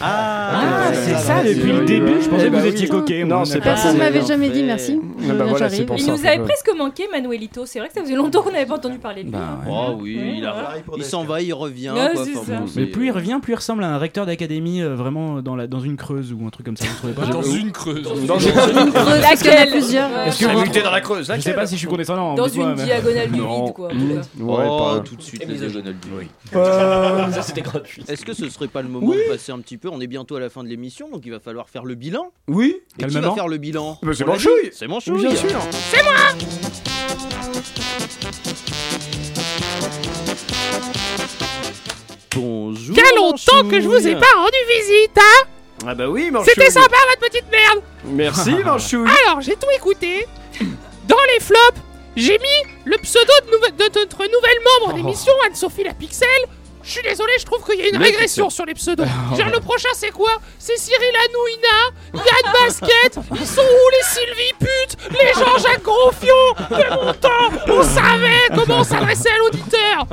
S2: Ah,
S1: c'est
S10: ça, depuis le début, je pensais que vous étiez coquet, moi,
S1: Non,
S10: on
S1: c'est
S10: a
S1: pas
S10: pas
S1: ça.
S7: Ah,
S10: compris.
S13: Ah, m'avait jamais dit merci.
S1: Ah bah voilà, c'est pour
S7: Il
S1: ça,
S7: nous
S1: en
S7: avait
S1: fait.
S7: presque manqué, Manuelito. C'est vrai que ça faisait longtemps qu'on n'avait pas entendu parler de lui.
S13: Bah
S7: hein.
S2: Oh oui, il, a- il s'en va, il revient.
S7: Ouais,
S2: quoi,
S7: c'est
S2: enfin,
S7: ça.
S2: bon,
S10: Mais
S2: c'est-
S10: plus il revient, plus il ressemble à un recteur d'académie euh, vraiment dans, la, dans une creuse ou un truc comme ça. Vous trouvez pas
S11: Dans
S10: J'avoue.
S11: une creuse.
S10: Dans
S11: une creuse,
S13: parce qu'il y en a plusieurs.
S18: euh,
S13: euh,
S10: Est-ce que
S11: Ouais.
S10: vous-
S11: Muté dans la creuse,
S10: Je sais pas si je suis condescendant.
S7: Dans
S10: mais
S7: une
S10: ouais, mais-
S7: diagonale du vide, quoi.
S10: Mm.
S2: oh, tout de suite, la diagonale du oui.
S1: Euh,
S2: Ça,
S12: c'était gratuit.
S2: Est-ce que ce serait pas le moment de passer un petit peu On est bientôt à la fin de l'émission, donc il va falloir faire le bilan.
S1: Oui,
S2: Et qui va
S1: calmement.
S2: faire le bilan
S1: Bah, c'est
S2: On l'a
S1: Manchouille.
S2: dit, C'est Manchouille
S1: Bien sûr.
S17: C'est moi
S2: Bonjour
S17: Quel longtemps que je vous ai
S2: Manchouille.
S17: pas rendu visite, hein
S1: Ah bah oui,
S17: C'était sympa votre petite merde
S1: Merci Manchouille
S17: Alors, j'ai tout écouté. Dans les flops, j'ai mis le pseudo de, nouve- de notre nouvelle membre d'émission, Anne-Sophie La Pixel. Je suis désolé, je trouve qu'il y a une
S20: Le
S17: régression
S20: Pixel.
S17: sur les pseudos.
S20: Oh.
S17: Genre, le prochain, c'est quoi C'est Cyril Hanouna, Yann Basket, ils sont où les Sylvie Pute, les Jean-Jacques Grosfion De mon temps, on savait comment on s'adressait à l'auditeur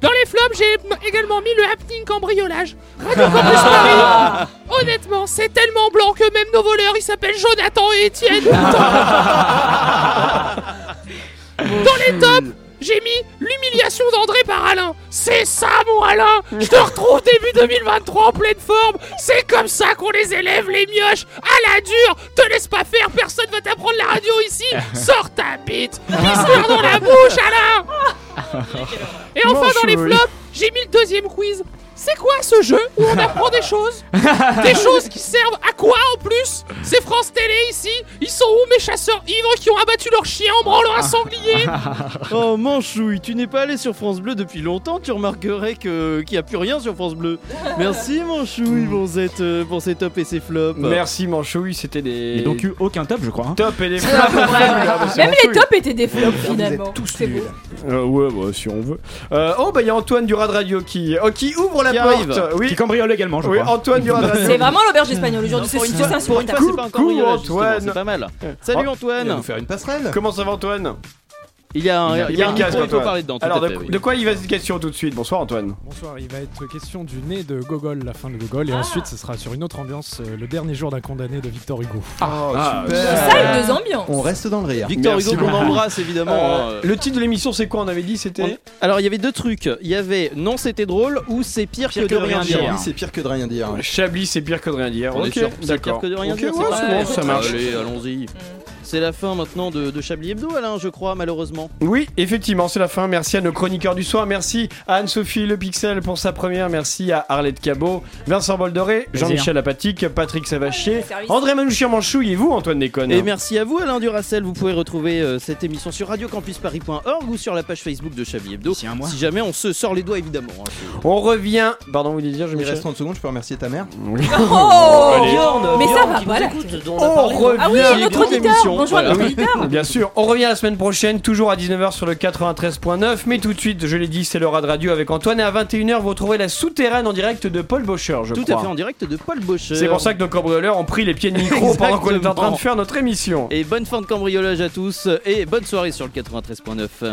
S17: Dans les flops, j'ai m- également mis le happening cambriolage. Radio Campus Paris. Honnêtement, c'est tellement blanc que même nos voleurs, ils s'appellent Jonathan et Étienne. Dans les tops, j'ai mis l'humiliation d'André par Alain. C'est ça, mon Alain Je te retrouve début 2023 en pleine forme. C'est comme ça qu'on les élève, les mioches. À la dure, te laisse pas faire, personne va t'apprendre la radio ici. Sors ta bite Pisse-leur dans la bouche, Alain et enfin, dans les
S20: Manchouille.
S17: flops, j'ai mis le deuxième quiz. C'est quoi ce jeu où on apprend des choses Des choses qui servent à quoi en plus C'est France Télé ici Ils sont où mes chasseurs ivres qui ont abattu leur chien en branlant un sanglier
S2: Oh Manchouille, tu n'es pas allé sur France Bleu depuis longtemps, tu remarquerais que qu'il n'y a plus rien sur France Bleu. Merci Manchouille pour, cette, euh, pour ces tops et ces flops.
S1: Merci Manchouille, c'était des.
S10: Et donc, eu aucun top, je crois. hein.
S1: Top et des
S10: C'est pas vrai.
S1: Ah bah, c'est
S7: Même les
S1: Manchouille.
S7: tops étaient des flops finalement. C'est beau.
S1: Euh, ouais, bah, si on veut. Euh, oh, bah, il y a Antoine Durad Radio qui, oh, qui ouvre la
S2: Qui
S1: porte.
S2: arrive.
S1: Oui.
S10: Qui cambriole également, je
S1: Oui,
S10: crois.
S1: Antoine Durad Radio.
S7: C'est vraiment l'auberge espagnole aujourd'hui. C'est c'est
S2: Pour une fois,
S7: insupportable.
S2: c'est pas un cambriolage, justement,
S1: Antoine.
S2: c'est pas mal. Oh, Salut Antoine
S5: Il va nous faire une passerelle.
S1: Comment ça va, Antoine
S2: Il y a un, il y a un
S1: une case,
S2: micro, il faut
S1: Antoine.
S2: parler dedans. tout
S1: Alors, de,
S2: à fait, oui.
S1: de quoi il va cette question tout de suite Bonsoir, Antoine.
S21: Bonsoir, il va être question du nez de Gogol, la fin de Gogol,
S11: Ah.
S21: et ensuite ce sera sur une autre ambiance, euh, le dernier jour d'un condamné de Victor Hugo.
S5: Ah, super.
S7: Sale deux ambiances.
S5: On reste dans le rire.
S2: Victor
S1: Merci
S2: Hugo qu'on
S1: beaucoup.
S2: embrasse évidemment.
S1: Euh,
S2: hein.
S1: Le titre de l'émission, c'est quoi On avait dit c'était.
S2: Alors il y avait deux trucs. Il y avait non c'était drôle ou c'est pire, que, de rien dire.
S5: Oui, c'est pire que de rien dire.
S1: Chablis, c'est pire que de rien dire.
S2: On est
S1: Ok,
S2: sûr, c'est pire
S1: d'accord.
S2: que de rien
S1: Ok,
S2: dire.
S1: ouais,
S2: c'est
S1: c'est bon,
S2: pas-
S1: ça marche.
S2: Allez, euh. allons-y. C'est la fin maintenant de, de Chablis Hebdo, Alain, je crois, malheureusement.
S1: Oui, effectivement, c'est la fin. Merci à nos chroniqueurs du soir. Merci à Anne-Sophie Le Pixel pour sa première. Merci à Arlette Cabot, Vincent Boldoré,
S2: Plaisir.
S1: Jean-Michel Apatique, Patrick Savachier,
S2: service.
S1: André Manouchian-Manchouille et vous, Antoine Déconne. hein.
S2: Et merci à vous, Alain Duracel. Vous pouvez retrouver euh, cette émission sur radiocampusparis.org ou sur la page Facebook de Chablis Hebdo. Si jamais on se sort les doigts, évidemment. hein.
S1: On revient. Pardon, vous voulez dire, je
S5: Il reste 30 secondes, je peux remercier ta mère
S7: Oh
S1: Allez.
S7: Mais ça va Oh,
S12: qui
S7: pas
S12: nous
S7: là.
S12: écoute, dont on a
S1: On
S12: parlé,
S1: revient.
S12: donc- Ah oui, notre auditeur. Bonjour à
S1: Voilà.
S12: notre auditeur.
S1: Bien sûr. On revient la semaine prochaine, toujours à 19h sur le 93.9. Mais tout de suite, je l'ai dit, c'est le de radio avec Antoine. Et à 21h, vous retrouvez la souterraine en direct de Paul Bocher, je
S2: Tout
S1: crois.
S2: à fait en direct de Paul Bocher.
S1: C'est pour ça que nos cambrioleurs ont pris les pieds de micro pendant qu'on était en train de
S2: Exactement.
S1: faire notre émission.
S2: Et bonne fin de cambriolage à tous et bonne soirée sur le 93.9.